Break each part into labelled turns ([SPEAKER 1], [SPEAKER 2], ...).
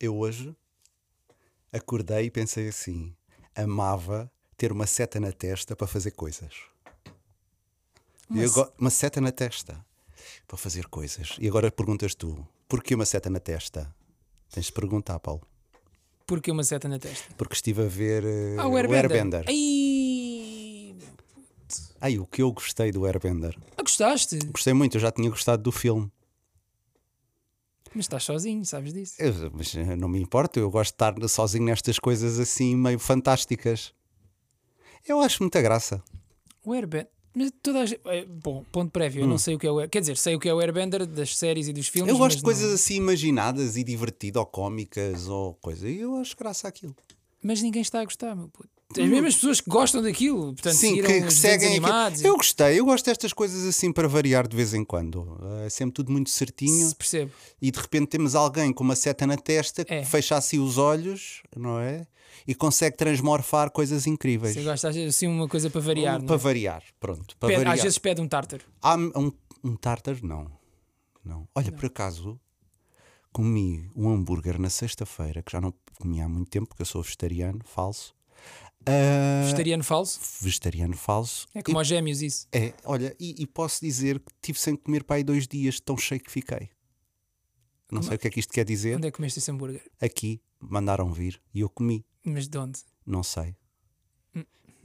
[SPEAKER 1] Eu hoje acordei e pensei assim: amava ter uma seta na testa para fazer coisas.
[SPEAKER 2] Uma
[SPEAKER 1] E
[SPEAKER 2] se-
[SPEAKER 1] agora- uma seta na testa para fazer coisas. E agora perguntas tu: porquê uma seta na testa? Tens de perguntar, Paulo.
[SPEAKER 2] Porque uma seta na testa.
[SPEAKER 1] Porque estive a ver eh,
[SPEAKER 2] Ah,
[SPEAKER 1] o Airbender.
[SPEAKER 2] Ai,
[SPEAKER 1] Ai, o que eu gostei do Airbender.
[SPEAKER 2] ah, gostaste?
[SPEAKER 1] Gostei muito, eu já tinha gostado do filme.
[SPEAKER 2] Mas estás sozinho, sabes disso?
[SPEAKER 1] Eu- mas eh, não me importo, eu gosto de estar sozinho nestas coisas assim meio fantásticas. Eu acho muita graça.
[SPEAKER 2] O Airbender. Mas toda a gente... eh, Bom, ponto prévio, eu não sei o que é o Air- Quer dizer, sei o que é o Airbender das séries e dos filmes.
[SPEAKER 1] Hum. Eu gosto
[SPEAKER 2] mas
[SPEAKER 1] de coisas
[SPEAKER 2] não-
[SPEAKER 1] assim imaginadas e divertidas ou cómicas ou coisa. E eu acho graça aquilo.
[SPEAKER 2] Mas ninguém está a gostar, meu puto. As mesmas pessoas que gostam daquilo, portanto,
[SPEAKER 1] Hum. Sim,
[SPEAKER 2] seguiram
[SPEAKER 1] que,
[SPEAKER 2] os
[SPEAKER 1] que
[SPEAKER 2] desenhos
[SPEAKER 1] seguem
[SPEAKER 2] animados.
[SPEAKER 1] aquilo. Eu gostei, eu gosto destas coisas assim para variar de vez em quando. É sempre tudo muito certinho.
[SPEAKER 2] Se percebe.
[SPEAKER 1] E de repente temos alguém com uma seta na testa que
[SPEAKER 2] É.
[SPEAKER 1] fecha assim os olhos, não é? E consegue transmorfar coisas incríveis.
[SPEAKER 2] Você gosta assim uma coisa para variar.
[SPEAKER 1] Um,
[SPEAKER 2] não é?
[SPEAKER 1] para variar, pronto. Para
[SPEAKER 2] Pede-
[SPEAKER 1] variar.
[SPEAKER 2] Às vezes pede um tártaro.
[SPEAKER 1] Há um, um tártaro? Não. não. Olha, por acaso, comi um hambúrguer na sexta-feira, que já não comi há muito tempo, porque eu sou vegetariano, falso. Ah,
[SPEAKER 2] Vegetariano falso.
[SPEAKER 1] vegetariano falso.
[SPEAKER 2] É como aos gêmeos isso.
[SPEAKER 1] É, olha, e, e posso dizer que tive sem comer para aí dois dias, tão cheio que fiquei. Não sei o que é que isto quer dizer.
[SPEAKER 2] Onde é que comeste esse hambúrguer?
[SPEAKER 1] Aqui mandaram vir e eu comi.
[SPEAKER 2] Mas de onde?
[SPEAKER 1] Não sei.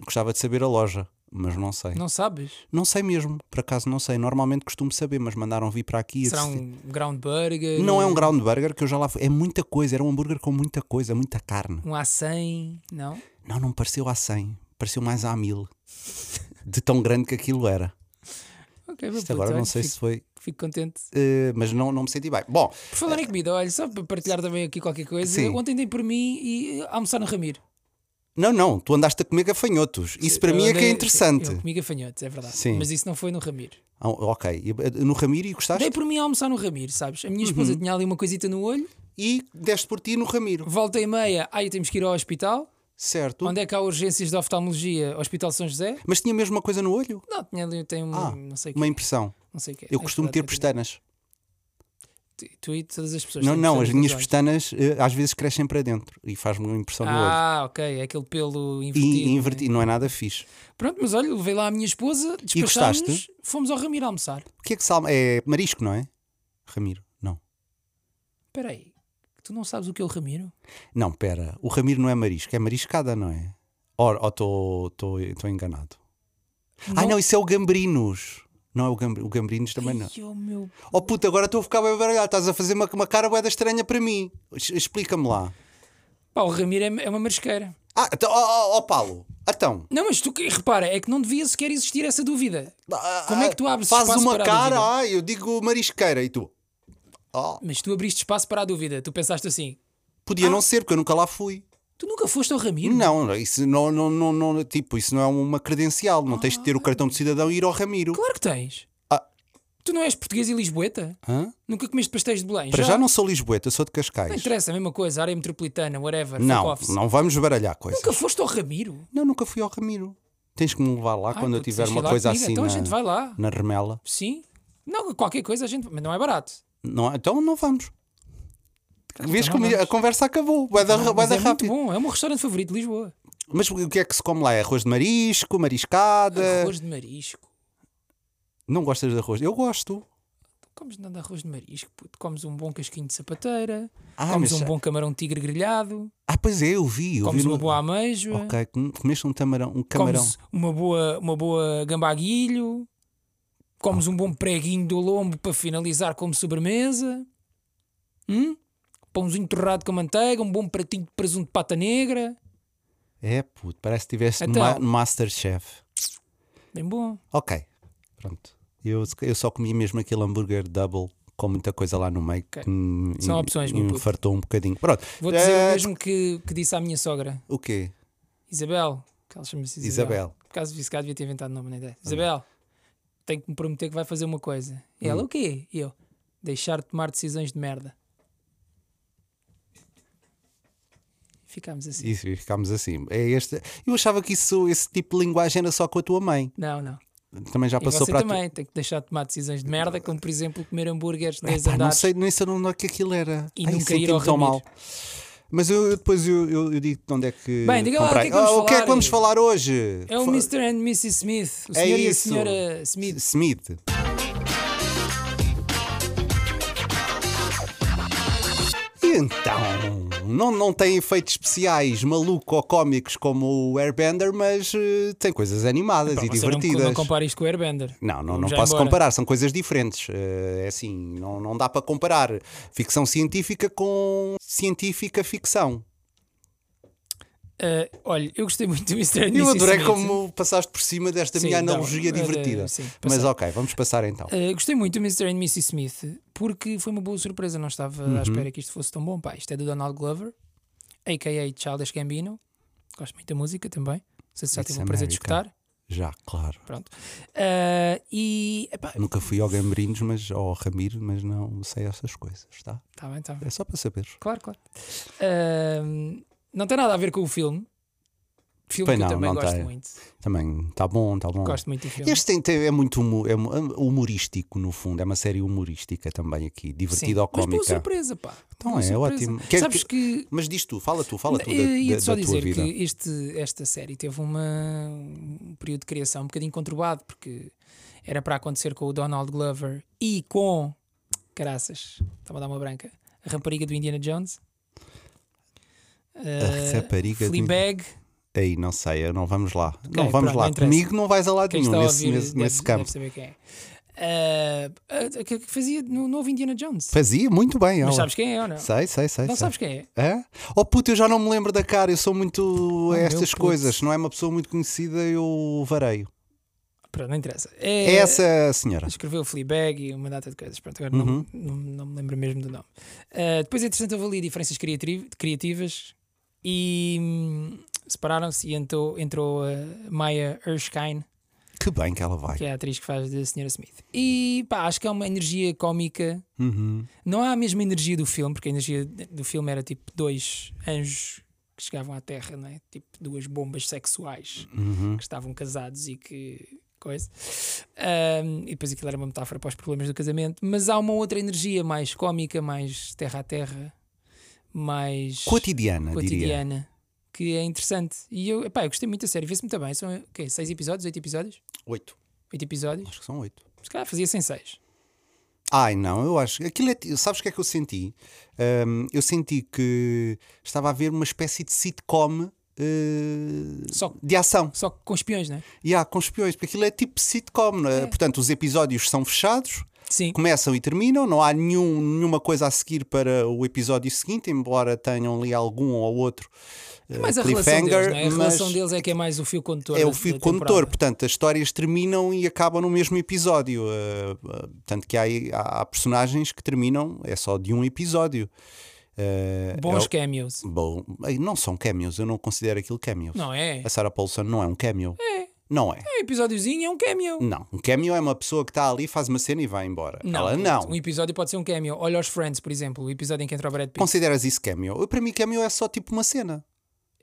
[SPEAKER 1] Gostava de saber a loja, mas não sei.
[SPEAKER 2] Hum. Não sabes?
[SPEAKER 1] Não sei mesmo, por acaso não sei. Normalmente costumo saber, mas mandaram vir para aqui. e
[SPEAKER 2] Será
[SPEAKER 1] assisti-
[SPEAKER 2] um ground burger?
[SPEAKER 1] Não é um ground burger que eu já lá fui. É muita coisa, era um hambúrguer com muita coisa, muita carne.
[SPEAKER 2] Um A100? Não?
[SPEAKER 1] Não, não pareceu a 100, pareceu mais a 1000. De tão grande que aquilo era.
[SPEAKER 2] Ok, meu
[SPEAKER 1] Isto
[SPEAKER 2] puto,
[SPEAKER 1] agora
[SPEAKER 2] olha,
[SPEAKER 1] não sei
[SPEAKER 2] fico,
[SPEAKER 1] se foi.
[SPEAKER 2] fico contente.
[SPEAKER 1] eh, mas não, não me senti bem. Bom,
[SPEAKER 2] Por falar em comida, olha, só para partilhar também aqui qualquer coisa.
[SPEAKER 1] Sim.
[SPEAKER 2] Ontem dei por mim e eh, almoçar no Ramiro.
[SPEAKER 1] não, não, tu andaste a comer gafanhotos. Isso para
[SPEAKER 2] Eu
[SPEAKER 1] mim é que é
[SPEAKER 2] andei-
[SPEAKER 1] interessante.
[SPEAKER 2] Eu comi gafanhotos, é verdade.
[SPEAKER 1] Sim.
[SPEAKER 2] Mas isso não foi no Ramiro.
[SPEAKER 1] Ah, ok, E, eh, no Ramiro e gostaste?
[SPEAKER 2] Dei por mim a almoçar no Ramiro, sabes? A minha
[SPEAKER 1] Uhum.
[SPEAKER 2] esposa tinha ali uma coisita no olho.
[SPEAKER 1] E deste por ti no Ramiro.
[SPEAKER 2] Volta e meia, ai, temos que ir ao hospital.
[SPEAKER 1] Certo.
[SPEAKER 2] Onde é que há urgências de oftalmologia? Hospital São José?
[SPEAKER 1] Mas tinha mesmo uma coisa no olho?
[SPEAKER 2] Não, tinha ali, tem um,
[SPEAKER 1] Ah,
[SPEAKER 2] não sei o quê.
[SPEAKER 1] Uma impressão.
[SPEAKER 2] Não sei o quê.
[SPEAKER 1] Eu
[SPEAKER 2] É
[SPEAKER 1] costumo ter
[SPEAKER 2] verdade, eu
[SPEAKER 1] pestanas.
[SPEAKER 2] tenho- Tu e todas as pessoas.
[SPEAKER 1] Não,
[SPEAKER 2] têm
[SPEAKER 1] não, as
[SPEAKER 2] pestanas
[SPEAKER 1] minhas
[SPEAKER 2] nos olhos.
[SPEAKER 1] pestanas eh, às vezes crescem para dentro e faz-me uma impressão no olho.
[SPEAKER 2] Ah, ok, é aquele pelo invertido.
[SPEAKER 1] E
[SPEAKER 2] não é?
[SPEAKER 1] inverti, não é nada fixe.
[SPEAKER 2] Pronto, mas olha, levei lá a minha esposa, despachámos,
[SPEAKER 1] gostaste?
[SPEAKER 2] fomos ao Ramiro almoçar.
[SPEAKER 1] O que é que salma? É marisco, não é? Ramiro, não.
[SPEAKER 2] Espera aí, tu não sabes o que é o Ramiro?
[SPEAKER 1] Não, pera. O Ramiro não é marisco, é mariscada, não é? Ou estou enganado? Ah, não, isso é o Gambrinos. Não é o, gambri, o Gambrinos também não.
[SPEAKER 2] Ai, oh meu...
[SPEAKER 1] Oh puto, agora estou a ficar bem baralhado. Estás a fazer uma, uma cara boeda estranha para mim. Es- Explica-me lá.
[SPEAKER 2] Pá, o Ramiro é, é uma marisqueira.
[SPEAKER 1] Ah, então, oh, oh, oh, Paulo, então.
[SPEAKER 2] Não, mas tu que- repara, é que não devia sequer existir essa dúvida. Como é que tu abres
[SPEAKER 1] ah, Faz
[SPEAKER 2] espaço
[SPEAKER 1] uma
[SPEAKER 2] para a dúvida?
[SPEAKER 1] cara, ah, eu digo marisqueira e tu.
[SPEAKER 2] Mas tu abriste espaço para a dúvida, tu pensaste assim,
[SPEAKER 1] Podia não ser, porque eu nunca lá fui.
[SPEAKER 2] tu nunca foste ao Ramiro?
[SPEAKER 1] Não, isso não, não, não, não- tipo, isso não é uma credencial. Não tens de ter o cartão de cidadão e ir ao Ramiro.
[SPEAKER 2] Ah. Claro que tens.
[SPEAKER 1] Ah.
[SPEAKER 2] Tu não és português e lisboeta?
[SPEAKER 1] Hã?
[SPEAKER 2] Nunca comeste pastéis de Belém?
[SPEAKER 1] Para já não sou Lisboeta, sou de
[SPEAKER 2] Não
[SPEAKER 1] Cascais.
[SPEAKER 2] interessa, a mesma coisa, área metropolitana, whatever,
[SPEAKER 1] Não,
[SPEAKER 2] fuck-offs.
[SPEAKER 1] não vamos baralhar coisas.
[SPEAKER 2] Nunca foste ao Ramiro?
[SPEAKER 1] Não, nunca fui ao Ramiro. Tens que me levar lá
[SPEAKER 2] Ai,
[SPEAKER 1] quando eu
[SPEAKER 2] puto,
[SPEAKER 1] tiver
[SPEAKER 2] tens
[SPEAKER 1] uma
[SPEAKER 2] que ir lá
[SPEAKER 1] coisa
[SPEAKER 2] comigo,
[SPEAKER 1] assim
[SPEAKER 2] Então
[SPEAKER 1] na,
[SPEAKER 2] a gente vai lá.
[SPEAKER 1] na remela.
[SPEAKER 2] Sim. Não, qualquer coisa a gente. Mas não é barato.
[SPEAKER 1] Não, então não vamos. Vês
[SPEAKER 2] não
[SPEAKER 1] como
[SPEAKER 2] vamos.
[SPEAKER 1] a conversa acabou. Vai dar, vai
[SPEAKER 2] Mas
[SPEAKER 1] dar
[SPEAKER 2] é muito
[SPEAKER 1] rápido.
[SPEAKER 2] bom. É o meu restaurante favorito de Lisboa.
[SPEAKER 1] Mas o que é que se come lá? É arroz de marisco, mariscada.
[SPEAKER 2] Arroz de marisco.
[SPEAKER 1] Não gostas de arroz? Eu gosto.
[SPEAKER 2] Tu comes nada de arroz de marisco. puto. Comes um bom casquinho de sapateira.
[SPEAKER 1] Ah,
[SPEAKER 2] comes
[SPEAKER 1] mas-
[SPEAKER 2] um bom camarão tigre grelhado.
[SPEAKER 1] Ah, pois é, eu vi. Eu
[SPEAKER 2] Comes
[SPEAKER 1] vi
[SPEAKER 2] uma boa ameijo.
[SPEAKER 1] Ok, com- comeste um tamarão, um camarão.
[SPEAKER 2] Comes uma boa, uma boa gamba a guilho. Comes um bom preguinho do lombo para finalizar como sobremesa. Hum? Pãozinho torrado com manteiga. Um bom pratinho de presunto de pata negra.
[SPEAKER 1] É, puto, parece que estiveste no
[SPEAKER 2] Então.
[SPEAKER 1] Ma- no Masterchef.
[SPEAKER 2] Bem bom.
[SPEAKER 1] Ok, pronto. Eu, eu só comi mesmo aquele hambúrguer double com muita coisa lá no meio
[SPEAKER 2] Ok.
[SPEAKER 1] que me,
[SPEAKER 2] São
[SPEAKER 1] me-
[SPEAKER 2] opções,
[SPEAKER 1] me
[SPEAKER 2] meu puto.
[SPEAKER 1] infartou um bocadinho. Pronto.
[SPEAKER 2] Vou dizer
[SPEAKER 1] Eh,
[SPEAKER 2] o mesmo que, que disse à minha sogra,
[SPEAKER 1] O quê?
[SPEAKER 2] Isabel, que ela chama-se Isabel.
[SPEAKER 1] Isabel.
[SPEAKER 2] Por causa disso, cá devia ter inventado o nome, nem ideia. Isabel, tenho que me prometer que vai fazer uma coisa. E
[SPEAKER 1] Hum.
[SPEAKER 2] ela, o quê? E eu, deixar de tomar decisões de merda. Ficámos assim.
[SPEAKER 1] Isso, e ficámos assim. É este... Eu achava que isso, esse tipo de linguagem era só com a tua mãe.
[SPEAKER 2] Não, não.
[SPEAKER 1] também já
[SPEAKER 2] E
[SPEAKER 1] passou
[SPEAKER 2] você
[SPEAKER 1] para a
[SPEAKER 2] também tem que deixar de tomar decisões de merda, como por exemplo comer hambúrgueres de
[SPEAKER 1] tua-
[SPEAKER 2] 10
[SPEAKER 1] Epá, não
[SPEAKER 2] andares.
[SPEAKER 1] sei nem sei onde é que aquilo era.
[SPEAKER 2] E
[SPEAKER 1] Ai,
[SPEAKER 2] nunca ir
[SPEAKER 1] senti-me
[SPEAKER 2] ao
[SPEAKER 1] tão mal.
[SPEAKER 2] Ramiro.
[SPEAKER 1] Mas eu, eu depois eu, eu, eu digo onde é que.
[SPEAKER 2] Bem, diga lá, o que
[SPEAKER 1] comprei.
[SPEAKER 2] é que vamos
[SPEAKER 1] Ah, o que é
[SPEAKER 2] falar?
[SPEAKER 1] que vamos falar hoje?
[SPEAKER 2] É o
[SPEAKER 1] Fa-
[SPEAKER 2] Mr. and Mrs. Smith, o
[SPEAKER 1] É
[SPEAKER 2] senhor e a
[SPEAKER 1] isso.
[SPEAKER 2] senhora Smith.
[SPEAKER 1] Smith. E Então, não, não tem efeitos especiais maluco ou cómicos como o Airbender, mas eh, tem coisas animadas
[SPEAKER 2] Pá,
[SPEAKER 1] e
[SPEAKER 2] você não-
[SPEAKER 1] divertidas.
[SPEAKER 2] Não compara isto com o Airbender.
[SPEAKER 1] Não, não,
[SPEAKER 2] Vamos
[SPEAKER 1] não
[SPEAKER 2] já
[SPEAKER 1] posso
[SPEAKER 2] embora.
[SPEAKER 1] comparar, são coisas diferentes. Eh, É assim, não, não dá para comparar ficção científica com científica ficção.
[SPEAKER 2] Ah, olha, eu gostei muito do Mr. and Mrs.
[SPEAKER 1] Eu adorei
[SPEAKER 2] Smith.
[SPEAKER 1] como passaste por cima desta
[SPEAKER 2] Sim,
[SPEAKER 1] minha
[SPEAKER 2] não,
[SPEAKER 1] analogia
[SPEAKER 2] eh,
[SPEAKER 1] divertida.
[SPEAKER 2] sim,
[SPEAKER 1] Mas
[SPEAKER 2] passei.
[SPEAKER 1] ok, vamos passar então.
[SPEAKER 2] Ah, gostei muito do Mr. and Mrs. Smith porque foi uma boa surpresa. Não estava
[SPEAKER 1] Uhum.
[SPEAKER 2] à espera que isto fosse tão bom. Pá, isto é do Donald Glover, a.k.a. Childish Gambino. Gosto muito da música também. Não sei se já
[SPEAKER 1] It's
[SPEAKER 2] tive o prazer de
[SPEAKER 1] America.
[SPEAKER 2] escutar.
[SPEAKER 1] Já, claro.
[SPEAKER 2] Pronto. Ah, e. Epá,
[SPEAKER 1] Nunca fui ao Gambrinos, mas ao Ramiro, mas não sei essas coisas, tá?
[SPEAKER 2] tá bem, tá bem.
[SPEAKER 1] É só para saber.
[SPEAKER 2] Claro, claro. Ahm, não tem nada a ver com o filme. Filme
[SPEAKER 1] Pois
[SPEAKER 2] que eu
[SPEAKER 1] não,
[SPEAKER 2] também
[SPEAKER 1] não
[SPEAKER 2] gosto
[SPEAKER 1] tem.
[SPEAKER 2] muito.
[SPEAKER 1] Também está bom, está bom.
[SPEAKER 2] Gosto muito do filme.
[SPEAKER 1] Este tem- tem- é muito humo- é mu- humorístico, no fundo. É uma série humorística também aqui, divertida é ou
[SPEAKER 2] Mas boa
[SPEAKER 1] cómica.
[SPEAKER 2] surpresa, pá.
[SPEAKER 1] Então
[SPEAKER 2] Boa
[SPEAKER 1] é
[SPEAKER 2] surpresa.
[SPEAKER 1] ótimo. Quer-
[SPEAKER 2] Sabes que.
[SPEAKER 1] Mas diz tu, fala tu, fala tu da,
[SPEAKER 2] eh,
[SPEAKER 1] da,
[SPEAKER 2] Ia-te só
[SPEAKER 1] da tua
[SPEAKER 2] dizer
[SPEAKER 1] vida.
[SPEAKER 2] que este, esta série teve uma, um período de criação um bocadinho conturbado, porque era para acontecer com o Donald Glover e com. Caraças, estava a dar uma branca. A rapariga do Indiana Jones. Ah,
[SPEAKER 1] A rapariga do-
[SPEAKER 2] Fleabag.
[SPEAKER 1] Aí, não sei, eu não vamos lá. não vamos
[SPEAKER 2] pronto,
[SPEAKER 1] lá.
[SPEAKER 2] não interessa.
[SPEAKER 1] Comigo não vais a lado
[SPEAKER 2] Quem
[SPEAKER 1] nenhum
[SPEAKER 2] está a
[SPEAKER 1] nesse,
[SPEAKER 2] ouvir
[SPEAKER 1] nesse,
[SPEAKER 2] deve,
[SPEAKER 1] nesse campo.
[SPEAKER 2] deve saber quem é. Ah, ah, que, que fazia no novo Indiana Jones.
[SPEAKER 1] Fazia muito bem. ela.
[SPEAKER 2] Mas sabes quem é ou não?
[SPEAKER 1] Sei, sei, sei.
[SPEAKER 2] Não
[SPEAKER 1] sei.
[SPEAKER 2] sabes quem é?
[SPEAKER 1] Hã? Oh puto, eu já não me lembro da cara, eu sou muito
[SPEAKER 2] Oh,
[SPEAKER 1] a
[SPEAKER 2] meu
[SPEAKER 1] estas
[SPEAKER 2] puto.
[SPEAKER 1] coisas. Se Não é uma pessoa muito conhecida, eu vareio.
[SPEAKER 2] Pronto, não interessa.
[SPEAKER 1] É, essa a senhora.
[SPEAKER 2] Escreveu Fleabag e uma data de coisas. Pronto, agora
[SPEAKER 1] Uhum.
[SPEAKER 2] não, não, não me lembro mesmo do nome. Ah, depois, entretanto, houve ali diferenças criatri- criativas e hum, separaram-se e entrou, entrou a Maya Erskine,
[SPEAKER 1] Que bem que ela vai.
[SPEAKER 2] que é a atriz que faz da Senhora Smith. E pá, acho que é uma energia cómica
[SPEAKER 1] Uhum.
[SPEAKER 2] Não há a mesma energia do filme, porque a energia do filme era tipo dois anjos que chegavam à Terra, não é? Tipo duas bombas sexuais
[SPEAKER 1] Uhum.
[SPEAKER 2] que estavam casados e que coisa. Ahm, e depois aquilo era uma metáfora para os problemas do casamento. Mas há uma outra energia mais cómica, mais terra a terra, mais
[SPEAKER 1] Cotidiana, diria.
[SPEAKER 2] cotidiana, que é interessante. E eu, epá, eu gostei muito da série, vê-se muito bem. São o quê? seis episódios, oito episódios?
[SPEAKER 1] Oito.
[SPEAKER 2] Oito episódios?
[SPEAKER 1] Acho que são oito.
[SPEAKER 2] Se calhar fazia sem seis.
[SPEAKER 1] Ai, não, eu acho. Aquilo é, ti- sabes o que é que eu senti? Ahm, eu senti que estava a ver uma espécie de sitcom eh,
[SPEAKER 2] Só,
[SPEAKER 1] de ação.
[SPEAKER 2] só com espiões, não é?
[SPEAKER 1] E há com espiões, porque aquilo é tipo sitcom. não é? Portanto, os episódios são fechados,
[SPEAKER 2] Sim.
[SPEAKER 1] começam e terminam, não há nenhum- nenhuma coisa a seguir para o episódio seguinte, embora tenham ali algum ou outro eh,
[SPEAKER 2] Mas a relação deles, não é? A
[SPEAKER 1] mas
[SPEAKER 2] relação deles é que é mais o fio condutor.
[SPEAKER 1] é
[SPEAKER 2] da-
[SPEAKER 1] o fio
[SPEAKER 2] da
[SPEAKER 1] condutor,
[SPEAKER 2] temporada.
[SPEAKER 1] portanto, as histórias terminam e acabam no mesmo episódio. eh, eh, Tanto que há, aí- há- há personagens que terminam, é só de um episódio. Eh,
[SPEAKER 2] Bons
[SPEAKER 1] é o-
[SPEAKER 2] cameos.
[SPEAKER 1] Bom, eh, não são cameos, eu não considero aquilo cameos.
[SPEAKER 2] Não é?
[SPEAKER 1] A Sarah Paulson não é um cameo. Não é.
[SPEAKER 2] É um episódiozinho, é um cameo.
[SPEAKER 1] Não, um cameo é uma pessoa que está ali, faz uma cena e vai embora. Ela
[SPEAKER 2] puto,
[SPEAKER 1] não.
[SPEAKER 2] Um episódio pode ser um cameo. Olha os Friends, por exemplo, o episódio em que entra o Brad Pitt.
[SPEAKER 1] Consideras isso cameo? Eu, para mim, cameo é só tipo uma cena.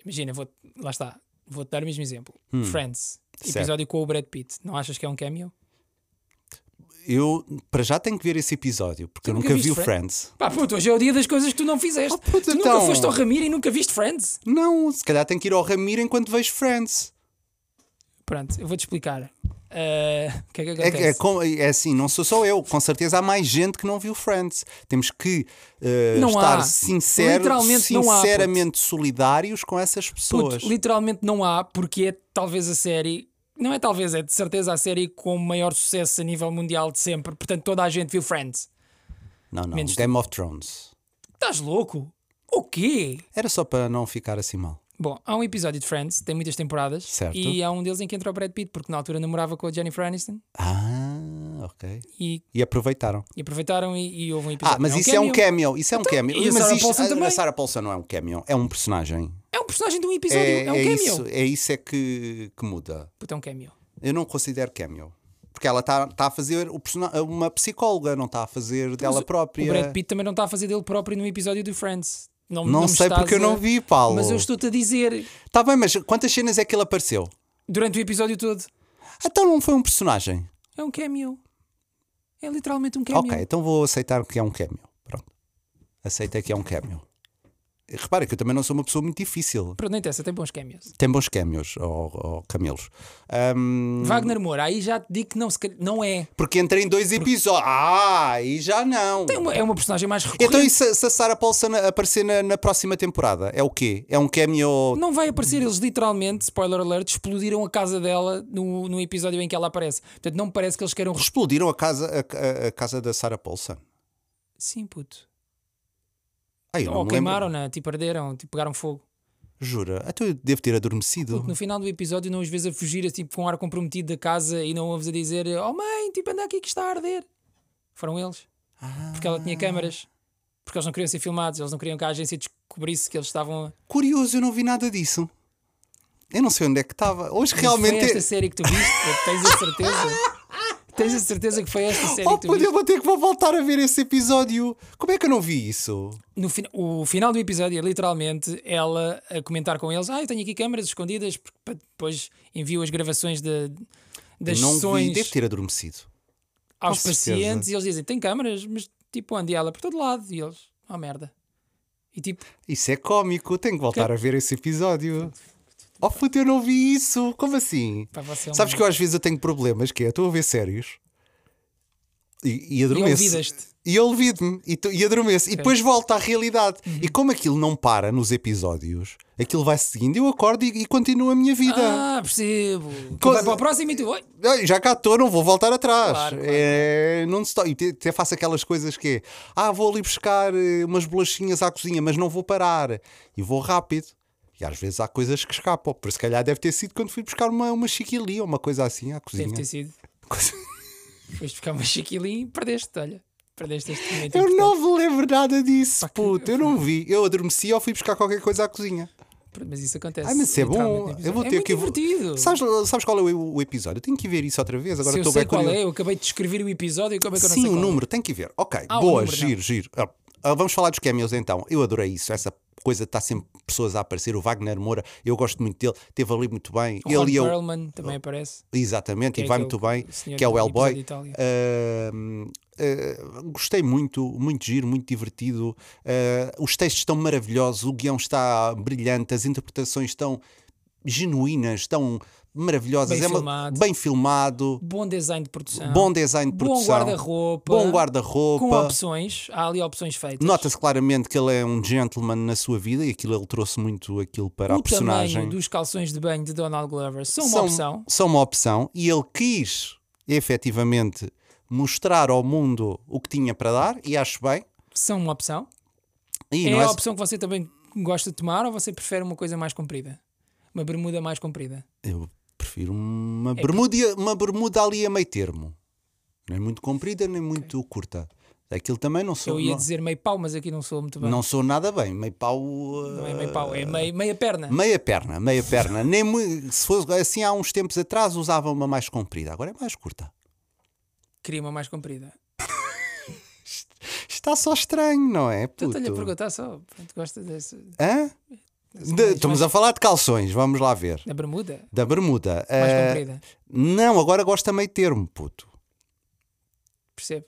[SPEAKER 2] Imagina, vou lá está, vou-te dar o mesmo exemplo. Friends,
[SPEAKER 1] Hum. Certo.
[SPEAKER 2] episódio com o Brad Pitt. Não achas que é um cameo?
[SPEAKER 1] Eu, para já, tenho que ver esse episódio, porque
[SPEAKER 2] Tu
[SPEAKER 1] eu
[SPEAKER 2] nunca
[SPEAKER 1] nunca vi
[SPEAKER 2] viste
[SPEAKER 1] o
[SPEAKER 2] Fri-
[SPEAKER 1] Friends.
[SPEAKER 2] Pá, puto, hoje é o dia das coisas que tu não fizeste.
[SPEAKER 1] Oh, puto,
[SPEAKER 2] tu nunca
[SPEAKER 1] então.
[SPEAKER 2] foste ao Ramiro e nunca viste Friends.
[SPEAKER 1] Não, se calhar tenho que ir ao Ramiro enquanto vejo Friends.
[SPEAKER 2] Pronto, eu vou-te explicar. Ah, o que é que
[SPEAKER 1] É,
[SPEAKER 2] acontece?
[SPEAKER 1] é, com- é assim, não sou só eu, com certeza há mais gente que não viu Friends. Temos que eh,
[SPEAKER 2] Não
[SPEAKER 1] estar
[SPEAKER 2] há.
[SPEAKER 1] sinceros,
[SPEAKER 2] Literalmente não há,
[SPEAKER 1] sinceramente solidários com essas pessoas.
[SPEAKER 2] Puto, literalmente não há, porque é talvez a série. Não é talvez, é de certeza a série com maior sucesso a nível mundial de sempre. Portanto, toda a gente viu Friends.
[SPEAKER 1] não, não,
[SPEAKER 2] menos
[SPEAKER 1] Game of Thrones.
[SPEAKER 2] Estás louco? O quê?
[SPEAKER 1] Era só para não ficar assim mal.
[SPEAKER 2] Bom, há um episódio de Friends, tem muitas temporadas.
[SPEAKER 1] Certo.
[SPEAKER 2] E há um deles em que entra o Brad Pitt, porque na altura namorava com a Jennifer Aniston.
[SPEAKER 1] Ah, ok.
[SPEAKER 2] E,
[SPEAKER 1] E aproveitaram.
[SPEAKER 2] e aproveitaram e, e houve um episódio.
[SPEAKER 1] Ah, mas
[SPEAKER 2] É um
[SPEAKER 1] isso é um
[SPEAKER 2] cameo. Então,
[SPEAKER 1] cameo. Isso é um cameo.
[SPEAKER 2] e a
[SPEAKER 1] mas
[SPEAKER 2] Sarah
[SPEAKER 1] isto-
[SPEAKER 2] Paulson
[SPEAKER 1] a-
[SPEAKER 2] também?
[SPEAKER 1] a Sarah Paulson não é um cameo, é um personagem.
[SPEAKER 2] É um personagem de um episódio, é, um cameo.
[SPEAKER 1] isso, é isso é que, que muda.
[SPEAKER 2] Puta, é um cameo.
[SPEAKER 1] Eu não considero cameo. Porque ela está tá a fazer o persona- uma psicóloga, não está a fazer dela própria.
[SPEAKER 2] O Brad Pitt também não está a fazer dele próprio num episódio do Friends. Não,
[SPEAKER 1] Não,
[SPEAKER 2] me
[SPEAKER 1] sei
[SPEAKER 2] estás
[SPEAKER 1] porque eu
[SPEAKER 2] a-
[SPEAKER 1] não vi, Paulo.
[SPEAKER 2] Mas eu estou-te a dizer,
[SPEAKER 1] Tá bem, mas quantas cenas é que ele apareceu?
[SPEAKER 2] durante o episódio todo.
[SPEAKER 1] Então não foi um personagem.
[SPEAKER 2] É um cameo. É literalmente um cameo.
[SPEAKER 1] Ok, então vou aceitar que é um cameo. Pronto. Aceitei que é um cameo. E Repara que eu também não sou uma pessoa muito difícil.
[SPEAKER 2] Pronto, não interessa, tem bons cameos.
[SPEAKER 1] Tem bons cameos ou, ou camelos. Ahm,
[SPEAKER 2] Wagner Moura, aí já te digo que não, se calhar- não é.
[SPEAKER 1] porque entrei em dois episódios. Ah, aí já não.
[SPEAKER 2] É uma, é uma personagem mais recorrente.
[SPEAKER 1] Então, e se, se a Sarah Paulson aparecer na, na próxima temporada? É o quê? É um cameo.
[SPEAKER 2] Não vai aparecer, eles literalmente, spoiler alert, explodiram a casa dela no, no episódio em que ela aparece. Portanto, não me parece que eles queiram. res-
[SPEAKER 1] Explodiram a casa, a, a- a casa da Sarah Paulson.
[SPEAKER 2] Sim, puto.
[SPEAKER 1] Ah, eu não
[SPEAKER 2] Ou
[SPEAKER 1] me lembro.
[SPEAKER 2] queimaram-na, tipo, arderam, tipo, pegaram fogo.
[SPEAKER 1] Jura? Então eu devo ter adormecido.
[SPEAKER 2] Puto, no final do episódio, não os vês a fugir, tipo, com ar comprometido da casa e não ouves a dizer: Oh mãe, tipo, anda aqui que está a arder. Foram eles. Porque ela tinha câmaras. Porque eles não queriam ser filmados, eles não queriam que a agência descobrisse que eles estavam. a-
[SPEAKER 1] Curioso, eu não vi nada disso. Eu não sei onde é que estava. Hoje
[SPEAKER 2] Tipo, Foi esta
[SPEAKER 1] realmente. é-
[SPEAKER 2] série que tu viste, puto, tens a certeza? tens a certeza que foi esta série
[SPEAKER 1] Oh,
[SPEAKER 2] que tu
[SPEAKER 1] pô,
[SPEAKER 2] viste?
[SPEAKER 1] eu vou ter que vou voltar a ver esse episódio. Como é que eu não vi isso?
[SPEAKER 2] no fina- o final do episódio é literalmente ela a comentar com eles: Ah, eu tenho aqui câmaras escondidas, porque pa- depois envio as gravações de- das
[SPEAKER 1] não vi,
[SPEAKER 2] sessões
[SPEAKER 1] devo ter adormecido.
[SPEAKER 2] aos
[SPEAKER 1] com certeza.
[SPEAKER 2] pacientes e eles dizem: Tem câmaras, mas tipo, onde E ela? Por todo lado. E eles: Oh merda. E tipo,
[SPEAKER 1] Isso é cómico, tenho que voltar a ver esse episódio. Oh puto, eu não vi isso. Como assim?
[SPEAKER 2] pá, você é um-
[SPEAKER 1] Sabes que eu às vezes eu tenho problemas, que é, estou a ver séries e, e adormeço.
[SPEAKER 2] olvidas-te.
[SPEAKER 1] E eu olvido-me e, tu- e adormeço. E depois volto à realidade.
[SPEAKER 2] Uhum.
[SPEAKER 1] E como aquilo não para nos episódios, aquilo vai seguindo, eu acordo e, e continuo a minha vida.
[SPEAKER 2] Ah, percebo. Tu
[SPEAKER 1] Coisa-
[SPEAKER 2] Vai para o próximo e tu. Oi.
[SPEAKER 1] Ah, Já cá estou, não vou voltar atrás.
[SPEAKER 2] Claro, claro.
[SPEAKER 1] É, não stop. E te- até faço aquelas coisas que é, ah, vou ali buscar eh, umas bolachinhas à cozinha, mas não vou parar. E vou rápido. E às vezes há coisas que escapam. Por se calhar deve ter sido quando fui buscar uma, uma chiquili ou uma coisa assim à cozinha.
[SPEAKER 2] Deve ter sido.
[SPEAKER 1] Coisa-
[SPEAKER 2] Depois de ficar uma chiquilinha e perdeste, olha. Perdeste este momento.
[SPEAKER 1] Eu
[SPEAKER 2] importante.
[SPEAKER 1] não me lembro nada disso,
[SPEAKER 2] Pá, que-
[SPEAKER 1] puto. Eu não vi. Eu adormeci ou fui buscar qualquer coisa à cozinha.
[SPEAKER 2] Pronto, Mas isso acontece.
[SPEAKER 1] Ai, mas isso é
[SPEAKER 2] literalmente no
[SPEAKER 1] bom.
[SPEAKER 2] episódio.
[SPEAKER 1] Eu vou
[SPEAKER 2] é
[SPEAKER 1] ter
[SPEAKER 2] muito
[SPEAKER 1] que.
[SPEAKER 2] divertido.
[SPEAKER 1] Sabes, sabes qual é o, o episódio? Eu tenho que ir ver isso outra vez. Agora
[SPEAKER 2] Se eu
[SPEAKER 1] estou
[SPEAKER 2] sei
[SPEAKER 1] bem
[SPEAKER 2] qual
[SPEAKER 1] curioso.
[SPEAKER 2] é, eu acabei de escrever o episódio e como é que eu não
[SPEAKER 1] Sim,
[SPEAKER 2] sei
[SPEAKER 1] o
[SPEAKER 2] qual é?
[SPEAKER 1] número, tem que ver. Ok,
[SPEAKER 2] Ah, o
[SPEAKER 1] boa,
[SPEAKER 2] número,
[SPEAKER 1] giro, giro. Ah, ah, vamos falar dos cameos então. Eu adorei isso, essa coisa de estar sempre pessoas a aparecer. O Wagner Moura, eu gosto muito dele, teve ali muito bem.
[SPEAKER 2] O Ron
[SPEAKER 1] Ele e eu.
[SPEAKER 2] Perlman também aparece.
[SPEAKER 1] Exatamente,
[SPEAKER 2] que
[SPEAKER 1] e
[SPEAKER 2] é
[SPEAKER 1] vai
[SPEAKER 2] aquele
[SPEAKER 1] muito bem,
[SPEAKER 2] senhor
[SPEAKER 1] que é o
[SPEAKER 2] do
[SPEAKER 1] Hellboy.
[SPEAKER 2] episódio de Itália.
[SPEAKER 1] Ah, ah, gostei muito, muito giro, muito divertido. Ah, os textos estão maravilhosos, o guião está brilhante, as interpretações estão genuínas, tão maravilhosas.
[SPEAKER 2] Bem
[SPEAKER 1] É uma-
[SPEAKER 2] filmado.
[SPEAKER 1] bem filmado,
[SPEAKER 2] Bom design de produção.
[SPEAKER 1] bom design de
[SPEAKER 2] Bom
[SPEAKER 1] produção,
[SPEAKER 2] guarda-roupa.
[SPEAKER 1] bom
[SPEAKER 2] Com
[SPEAKER 1] guarda-roupa.
[SPEAKER 2] opções. Há ali opções feitas.
[SPEAKER 1] Nota-se claramente que ele é um gentleman na sua vida e aquilo ele trouxe muito aquilo para
[SPEAKER 2] o
[SPEAKER 1] a personagem.
[SPEAKER 2] tamanho dos calções de banho de Donald Glover são é uma opção.
[SPEAKER 1] são uma opção e ele quis efetivamente mostrar ao mundo o que tinha para dar e acho bem.
[SPEAKER 2] São uma opção.
[SPEAKER 1] E
[SPEAKER 2] é
[SPEAKER 1] não é,
[SPEAKER 2] a opção que você também gosta de tomar ou você prefere uma coisa mais comprida? Uma bermuda mais comprida.
[SPEAKER 1] Eu prefiro uma,
[SPEAKER 2] É
[SPEAKER 1] bermuda, uma bermuda ali a meio termo. Nem muito comprida, nem muito curta. Aquilo também não sou.
[SPEAKER 2] Eu ia
[SPEAKER 1] não,
[SPEAKER 2] dizer meio pau, mas aqui não sou muito bem.
[SPEAKER 1] não sou nada bem. Meio pau. eh,
[SPEAKER 2] Não é meio pau, é meio, meia perna.
[SPEAKER 1] Meia perna, meia perna. Nem mu- se fosse assim há uns tempos atrás usava uma mais comprida, agora é mais curta.
[SPEAKER 2] Queria uma mais comprida.
[SPEAKER 1] Está só estranho, não é?
[SPEAKER 2] Então Estou-lhe a
[SPEAKER 1] puto?
[SPEAKER 2] perguntar só. Pronto, gosta dessa.
[SPEAKER 1] Hã? De- estamos a falar de calções, vamos lá ver.
[SPEAKER 2] Da bermuda?
[SPEAKER 1] Da bermuda.
[SPEAKER 2] Mais
[SPEAKER 1] Eh,
[SPEAKER 2] comprida.
[SPEAKER 1] não, agora gosto a meio termo, puto.
[SPEAKER 2] Percebo.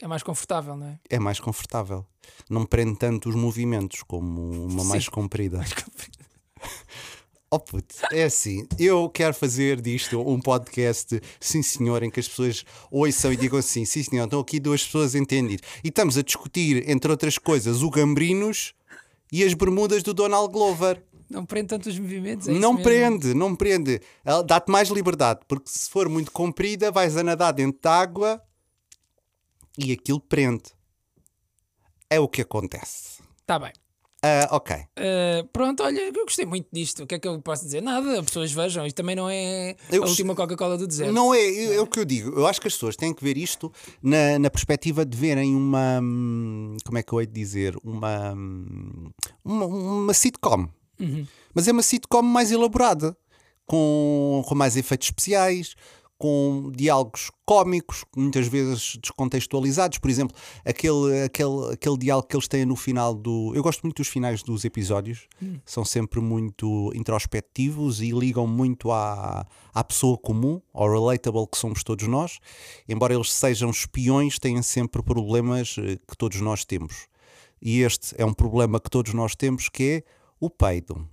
[SPEAKER 2] É mais confortável, não é?
[SPEAKER 1] É mais confortável. Não prende tanto os movimentos como uma mais comprida. Oh puto, é assim, eu quero fazer disto um podcast, sim senhor, em que as pessoas ouçam e digam assim, sim senhor, estão aqui duas pessoas entendidas. E estamos a discutir, entre outras coisas, o Gambrinos e as bermudas do Donald Glover.
[SPEAKER 2] Não prende tantos movimentos. É isso
[SPEAKER 1] não
[SPEAKER 2] mesmo.
[SPEAKER 1] prende, não prende. Ela Dá-te mais liberdade, porque se for muito comprida, vais a nadar dentro de água e aquilo prende. É o que acontece.
[SPEAKER 2] Tá bem.
[SPEAKER 1] Ah, ok.
[SPEAKER 2] Uh, pronto, olha, eu gostei muito disto. O que é que eu posso dizer? Nada, as pessoas vejam. Isto também não é
[SPEAKER 1] Eu
[SPEAKER 2] a
[SPEAKER 1] gost-
[SPEAKER 2] última Coca-Cola do deserto.
[SPEAKER 1] Não é, é, é o que eu digo. Eu acho que as pessoas têm que ver isto na, na perspectiva de verem uma. hum, Como é que eu hei de dizer? Uma. hum, Uma, uma sitcom. Mas é uma sitcom mais elaborada, com, com mais efeitos especiais, com diálogos cómicos, muitas vezes descontextualizados. Por exemplo, aquele, aquele, aquele diálogo que eles têm no final do. Eu gosto muito dos finais dos episódios, são sempre muito introspectivos e ligam muito à, à pessoa comum, ao relatable que somos todos nós. Embora eles sejam espiões, têm sempre problemas eh, que todos nós temos. E este é um problema que todos nós temos, que é o peido.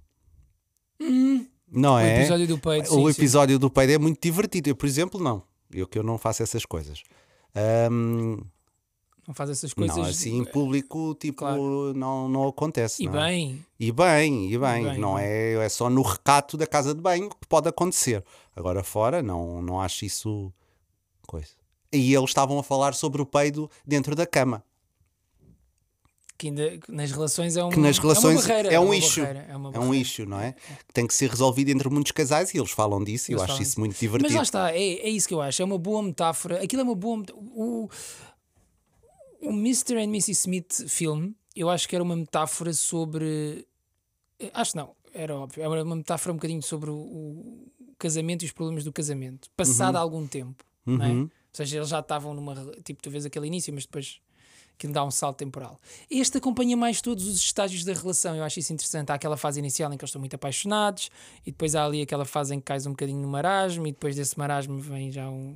[SPEAKER 1] Não
[SPEAKER 2] O
[SPEAKER 1] é?
[SPEAKER 2] episódio do peito.
[SPEAKER 1] o
[SPEAKER 2] sim, sim.
[SPEAKER 1] episódio do peido é muito divertido. Eu, por exemplo, não. Eu que eu não faço essas coisas. Ahm,
[SPEAKER 2] Não faz essas coisas. eh,
[SPEAKER 1] não, assim em público, tipo, não, não acontece.
[SPEAKER 2] E
[SPEAKER 1] não é?
[SPEAKER 2] bem,
[SPEAKER 1] E bem, e bem,
[SPEAKER 2] E bem,
[SPEAKER 1] não é, é só no recato da casa de banho que pode acontecer. Agora fora, não, não acho isso coisa. E eles estavam a falar sobre o peido dentro da cama.
[SPEAKER 2] que ainda que nas relações é um
[SPEAKER 1] Que nas relações
[SPEAKER 2] é, uma barreira,
[SPEAKER 1] é um
[SPEAKER 2] uma
[SPEAKER 1] issue.
[SPEAKER 2] barreira, é uma
[SPEAKER 1] É um
[SPEAKER 2] barreira.
[SPEAKER 1] issue, não é? Que tem que ser resolvido entre muitos casais e eles falam disso e eu
[SPEAKER 2] Eles
[SPEAKER 1] acho
[SPEAKER 2] falam
[SPEAKER 1] isso muito
[SPEAKER 2] Mas
[SPEAKER 1] divertido.
[SPEAKER 2] lá está, é, é isso que eu acho. É uma boa metáfora. Aquilo é uma boa. meta- O, o Mr. and Mrs. Smith filme, eu acho que era uma metáfora sobre. Eh, Acho não, era óbvio. Era uma metáfora um bocadinho sobre o, o casamento e os problemas do casamento, passado algum tempo. Não é?
[SPEAKER 1] Uhum.
[SPEAKER 2] Ou seja, eles já estavam numa. rela- Tipo, tu vês aquele início, mas depois aquilo dá um salto temporal. Este acompanha mais todos os estágios da relação. Eu acho isso interessante. Há aquela fase inicial em que eles estão muito apaixonados, e depois há ali aquela fase em que cais um bocadinho no marasmo, e depois desse marasmo vem já um,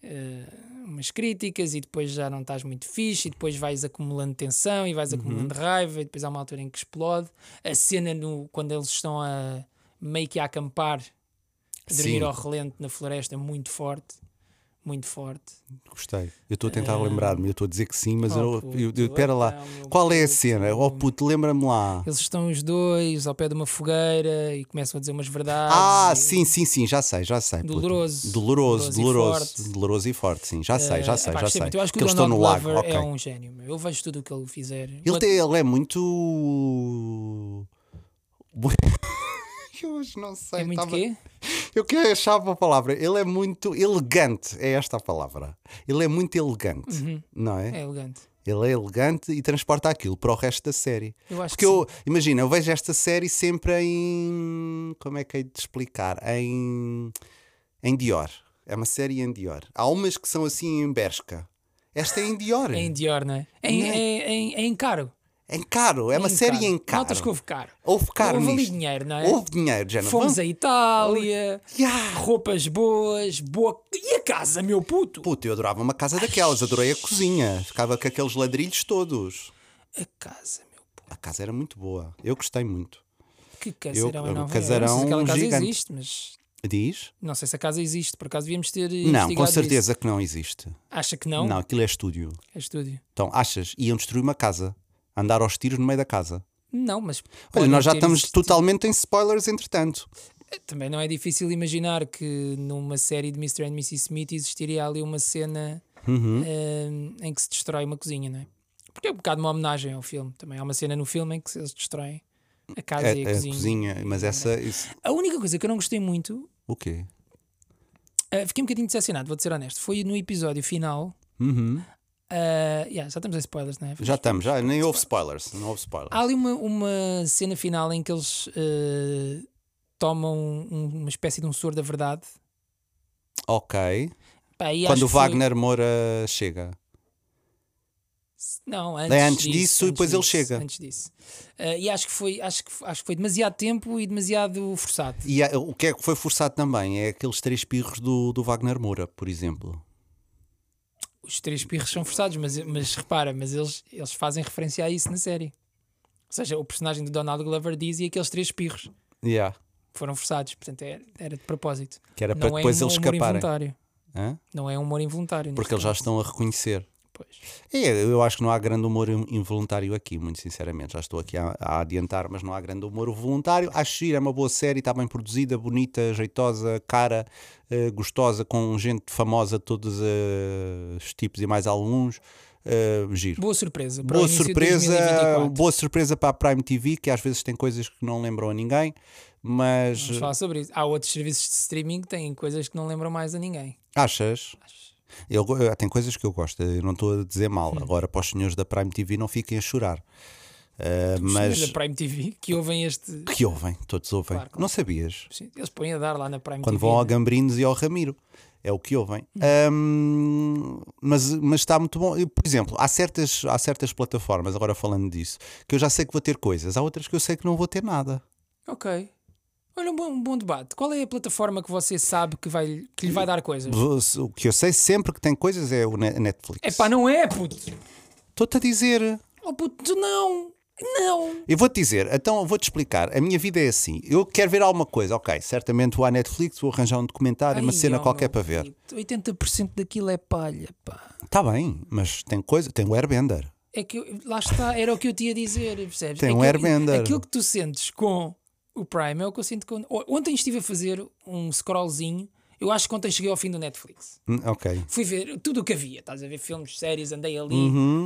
[SPEAKER 2] eh, umas críticas, e depois já não estás muito fixe, e depois vais acumulando tensão, e vais acumulando
[SPEAKER 1] Uhum.
[SPEAKER 2] raiva, e depois há uma altura em que explode. A cena no, quando eles estão a meio que a acampar, a dormir
[SPEAKER 1] Sim.
[SPEAKER 2] ao relento na floresta, é muito forte. Muito forte.
[SPEAKER 1] Gostei. Eu estou a tentar lembrar-me, eu estou a dizer que sim, mas
[SPEAKER 2] Oh,
[SPEAKER 1] eu,
[SPEAKER 2] puto,
[SPEAKER 1] eu- eu- Espera lá.
[SPEAKER 2] então, meu
[SPEAKER 1] Qual é a
[SPEAKER 2] puto.
[SPEAKER 1] cena?
[SPEAKER 2] Hum.
[SPEAKER 1] Oh puto, lembra-me lá.
[SPEAKER 2] Eles estão os dois ao pé de uma fogueira e começam a dizer umas verdades.
[SPEAKER 1] Ah,
[SPEAKER 2] e-
[SPEAKER 1] sim, sim, sim, já sei, já sei. puto.
[SPEAKER 2] Doloroso.
[SPEAKER 1] Doloroso,
[SPEAKER 2] Doloroso e
[SPEAKER 1] doloroso.
[SPEAKER 2] forte.
[SPEAKER 1] doloroso e forte, sim, já sei, já
[SPEAKER 2] Eh,
[SPEAKER 1] sei,
[SPEAKER 2] pá,
[SPEAKER 1] já sei.
[SPEAKER 2] gostei muito. Eu acho que,
[SPEAKER 1] eles
[SPEAKER 2] o
[SPEAKER 1] estão
[SPEAKER 2] Donald
[SPEAKER 1] no lago,
[SPEAKER 2] Glover
[SPEAKER 1] ok.
[SPEAKER 2] é um gênio. meu. Eu vejo tudo o que ele fizer.
[SPEAKER 1] Ele, tem- ele é muito. Eu hoje não sei.
[SPEAKER 2] é muito
[SPEAKER 1] tava-
[SPEAKER 2] quê?
[SPEAKER 1] Eu que achava a palavra. Ele é muito elegante, é esta a palavra. Ele é muito elegante, não é?
[SPEAKER 2] É elegante.
[SPEAKER 1] Ele é elegante e transporta aquilo para o resto da série.
[SPEAKER 2] Eu acho
[SPEAKER 1] Porque
[SPEAKER 2] que
[SPEAKER 1] eu, imagina, eu vejo esta série sempre em. Como é que hei de explicar? Em. Em Dior. É uma série em Dior. Há umas que são assim em Bershka. Esta é em Dior.
[SPEAKER 2] É
[SPEAKER 1] é
[SPEAKER 2] em
[SPEAKER 1] em,
[SPEAKER 2] Dior, não é? É em,
[SPEAKER 1] Não.
[SPEAKER 2] é, em- é em caro.
[SPEAKER 1] caro. É uma
[SPEAKER 2] em
[SPEAKER 1] série
[SPEAKER 2] caro.
[SPEAKER 1] em caro.
[SPEAKER 2] Notas que houve caro.
[SPEAKER 1] Houve caro
[SPEAKER 2] Houve ali
[SPEAKER 1] nisto.
[SPEAKER 2] dinheiro, não é?
[SPEAKER 1] Houve dinheiro, já não é?
[SPEAKER 2] Fomos
[SPEAKER 1] vamos-
[SPEAKER 2] à Itália,
[SPEAKER 1] Yeah.
[SPEAKER 2] roupas boas, boa. E a casa, meu puto?
[SPEAKER 1] Puta, eu adorava uma casa daquelas, adorei a cozinha. Ficava com aqueles ladrilhos todos.
[SPEAKER 2] A casa, meu puto.
[SPEAKER 1] A casa era muito boa. Eu gostei muito.
[SPEAKER 2] Que casarão
[SPEAKER 1] Eu-
[SPEAKER 2] em Nova Iorque.
[SPEAKER 1] casarão
[SPEAKER 2] Não sei se aquela casa
[SPEAKER 1] gigante.
[SPEAKER 2] existe, mas
[SPEAKER 1] Diz?
[SPEAKER 2] não sei se a casa existe. Por acaso devíamos
[SPEAKER 1] Não,
[SPEAKER 2] ter.
[SPEAKER 1] com
[SPEAKER 2] investigado isso.
[SPEAKER 1] certeza que não existe.
[SPEAKER 2] Acha que não?
[SPEAKER 1] Não, aquilo é estúdio.
[SPEAKER 2] É estúdio.
[SPEAKER 1] Então, achas? Iam destruir uma casa. Andar aos tiros no meio da casa.
[SPEAKER 2] Não, mas.
[SPEAKER 1] Olha,
[SPEAKER 2] pode
[SPEAKER 1] nós já
[SPEAKER 2] ter
[SPEAKER 1] estamos
[SPEAKER 2] existido.
[SPEAKER 1] totalmente em spoilers, entretanto.
[SPEAKER 2] Também não é difícil imaginar que numa série de Mr. and Mrs. Smith existiria ali uma cena
[SPEAKER 1] Uhum.
[SPEAKER 2] eh, em que se destrói uma cozinha, não é? Porque é um bocado uma homenagem ao filme também. Há uma cena no filme em que eles destroem a casa
[SPEAKER 1] É,
[SPEAKER 2] e a,
[SPEAKER 1] é
[SPEAKER 2] cozinha.
[SPEAKER 1] mas essa. isso-
[SPEAKER 2] A única coisa que eu não gostei muito,
[SPEAKER 1] o quê?
[SPEAKER 2] eh, fiquei um bocadinho decepcionado, vou ser honesto, foi no episódio final.
[SPEAKER 1] Uhum.
[SPEAKER 2] eh, yeah, já estamos em spoilers, não é?
[SPEAKER 1] Já estamos, já nem houve spoilers. Não houve spoilers.
[SPEAKER 2] Há ali uma, uma cena final em que eles eh, tomam um- uma espécie de um soro da verdade.
[SPEAKER 1] Ok.
[SPEAKER 2] Pá, e
[SPEAKER 1] Quando
[SPEAKER 2] acho
[SPEAKER 1] o
[SPEAKER 2] que foi-
[SPEAKER 1] Wagner Moura chega.
[SPEAKER 2] Não, antes,
[SPEAKER 1] É antes disso e depois ele
[SPEAKER 2] disso,
[SPEAKER 1] chega.
[SPEAKER 2] Antes disso. Ah, e acho que, foi, acho, que, acho que foi demasiado tempo e demasiado forçado.
[SPEAKER 1] E há- o que é que foi forçado também é aqueles três pirros do, do Wagner Moura, por exemplo.
[SPEAKER 2] Os três pirros são forçados, mas, mas repara, mas eles, eles fazem referência a isso na série. Ou seja, o personagem do Donald Glover diz e aqueles três pirros
[SPEAKER 1] Yeah.
[SPEAKER 2] foram forçados. Portanto, era, era de propósito.
[SPEAKER 1] Que era para
[SPEAKER 2] Não é
[SPEAKER 1] depois
[SPEAKER 2] um
[SPEAKER 1] eles
[SPEAKER 2] humor
[SPEAKER 1] escaparem.
[SPEAKER 2] involuntário.
[SPEAKER 1] Hã?
[SPEAKER 2] Não é um humor involuntário.
[SPEAKER 1] Porque eles já estão a reconhecer.
[SPEAKER 2] Depois.
[SPEAKER 1] É, eu acho que não há grande humor in- involuntário aqui, muito sinceramente. Já estou aqui a, a adiantar, mas não há grande humor voluntário. Acho que é uma boa série, está bem produzida, bonita, jeitosa, cara, eh, gostosa, com gente famosa de todos eh, os tipos e mais alguns. Eh, giro.
[SPEAKER 2] Boa surpresa. para o
[SPEAKER 1] Boa
[SPEAKER 2] início de
[SPEAKER 1] surpresa,
[SPEAKER 2] 2024.
[SPEAKER 1] boa surpresa para a Prime TV, que às vezes tem coisas que não lembram a ninguém, mas
[SPEAKER 2] Vamos falar sobre isso. Há outros serviços de streaming que têm coisas que não lembram mais a ninguém.
[SPEAKER 1] achas? Eu go- eh, tem coisas que eu gosto, eu não estou a dizer
[SPEAKER 2] Hum.
[SPEAKER 1] mal. Agora, para os senhores da Prime TV, não fiquem a chorar. Eh,
[SPEAKER 2] Os
[SPEAKER 1] mas
[SPEAKER 2] senhores da Prime TV que ouvem este.
[SPEAKER 1] Que ouvem, todos ouvem.
[SPEAKER 2] Claro, claro.
[SPEAKER 1] Não sabias?
[SPEAKER 2] Sim, Eles põem a dar lá na Prime
[SPEAKER 1] Quando
[SPEAKER 2] TV.
[SPEAKER 1] vão ao
[SPEAKER 2] né?
[SPEAKER 1] Gambrinos e ao Ramiro. é o que ouvem. Ahm,
[SPEAKER 2] Hum.
[SPEAKER 1] mas, mas está muito bom. Eu, Por exemplo, há certas, há certas plataformas, agora falando disso, que eu já sei que vou ter coisas, há outras que eu sei que não vou ter nada.
[SPEAKER 2] Ok. Olha, um bom, um bom debate. Qual é a plataforma que você sabe que, vai, que lhe vai dar coisas?
[SPEAKER 1] O que eu sei sempre que tem coisas é o Ne- Netflix.
[SPEAKER 2] É pá, não é, puto.
[SPEAKER 1] Estou-te a dizer.
[SPEAKER 2] Oh, puto, não. Não.
[SPEAKER 1] Eu vou-te dizer, então vou-te explicar. A minha vida é assim. Eu quero ver alguma coisa, ok. Certamente vou à Netflix, vou arranjar um documentário, uma
[SPEAKER 2] Ai,
[SPEAKER 1] cena
[SPEAKER 2] oh,
[SPEAKER 1] qualquer
[SPEAKER 2] meu
[SPEAKER 1] para ver.
[SPEAKER 2] puto, 80% daquilo é palha, pá.
[SPEAKER 1] Está bem, mas tem coisa, tem o Airbender.
[SPEAKER 2] É que eu- lá está, era o que eu tinha a dizer, percebes?
[SPEAKER 1] Tem
[SPEAKER 2] É
[SPEAKER 1] um
[SPEAKER 2] que-
[SPEAKER 1] Airbender.
[SPEAKER 2] Aquilo que tu sentes com o Prime é o que eu sinto com. O- Ontem estive a fazer um scrollzinho. Eu acho que ontem cheguei ao fim do Netflix.
[SPEAKER 1] Hum, Ok.
[SPEAKER 2] Fui ver tudo o que havia, estás a ver filmes, séries, andei ali,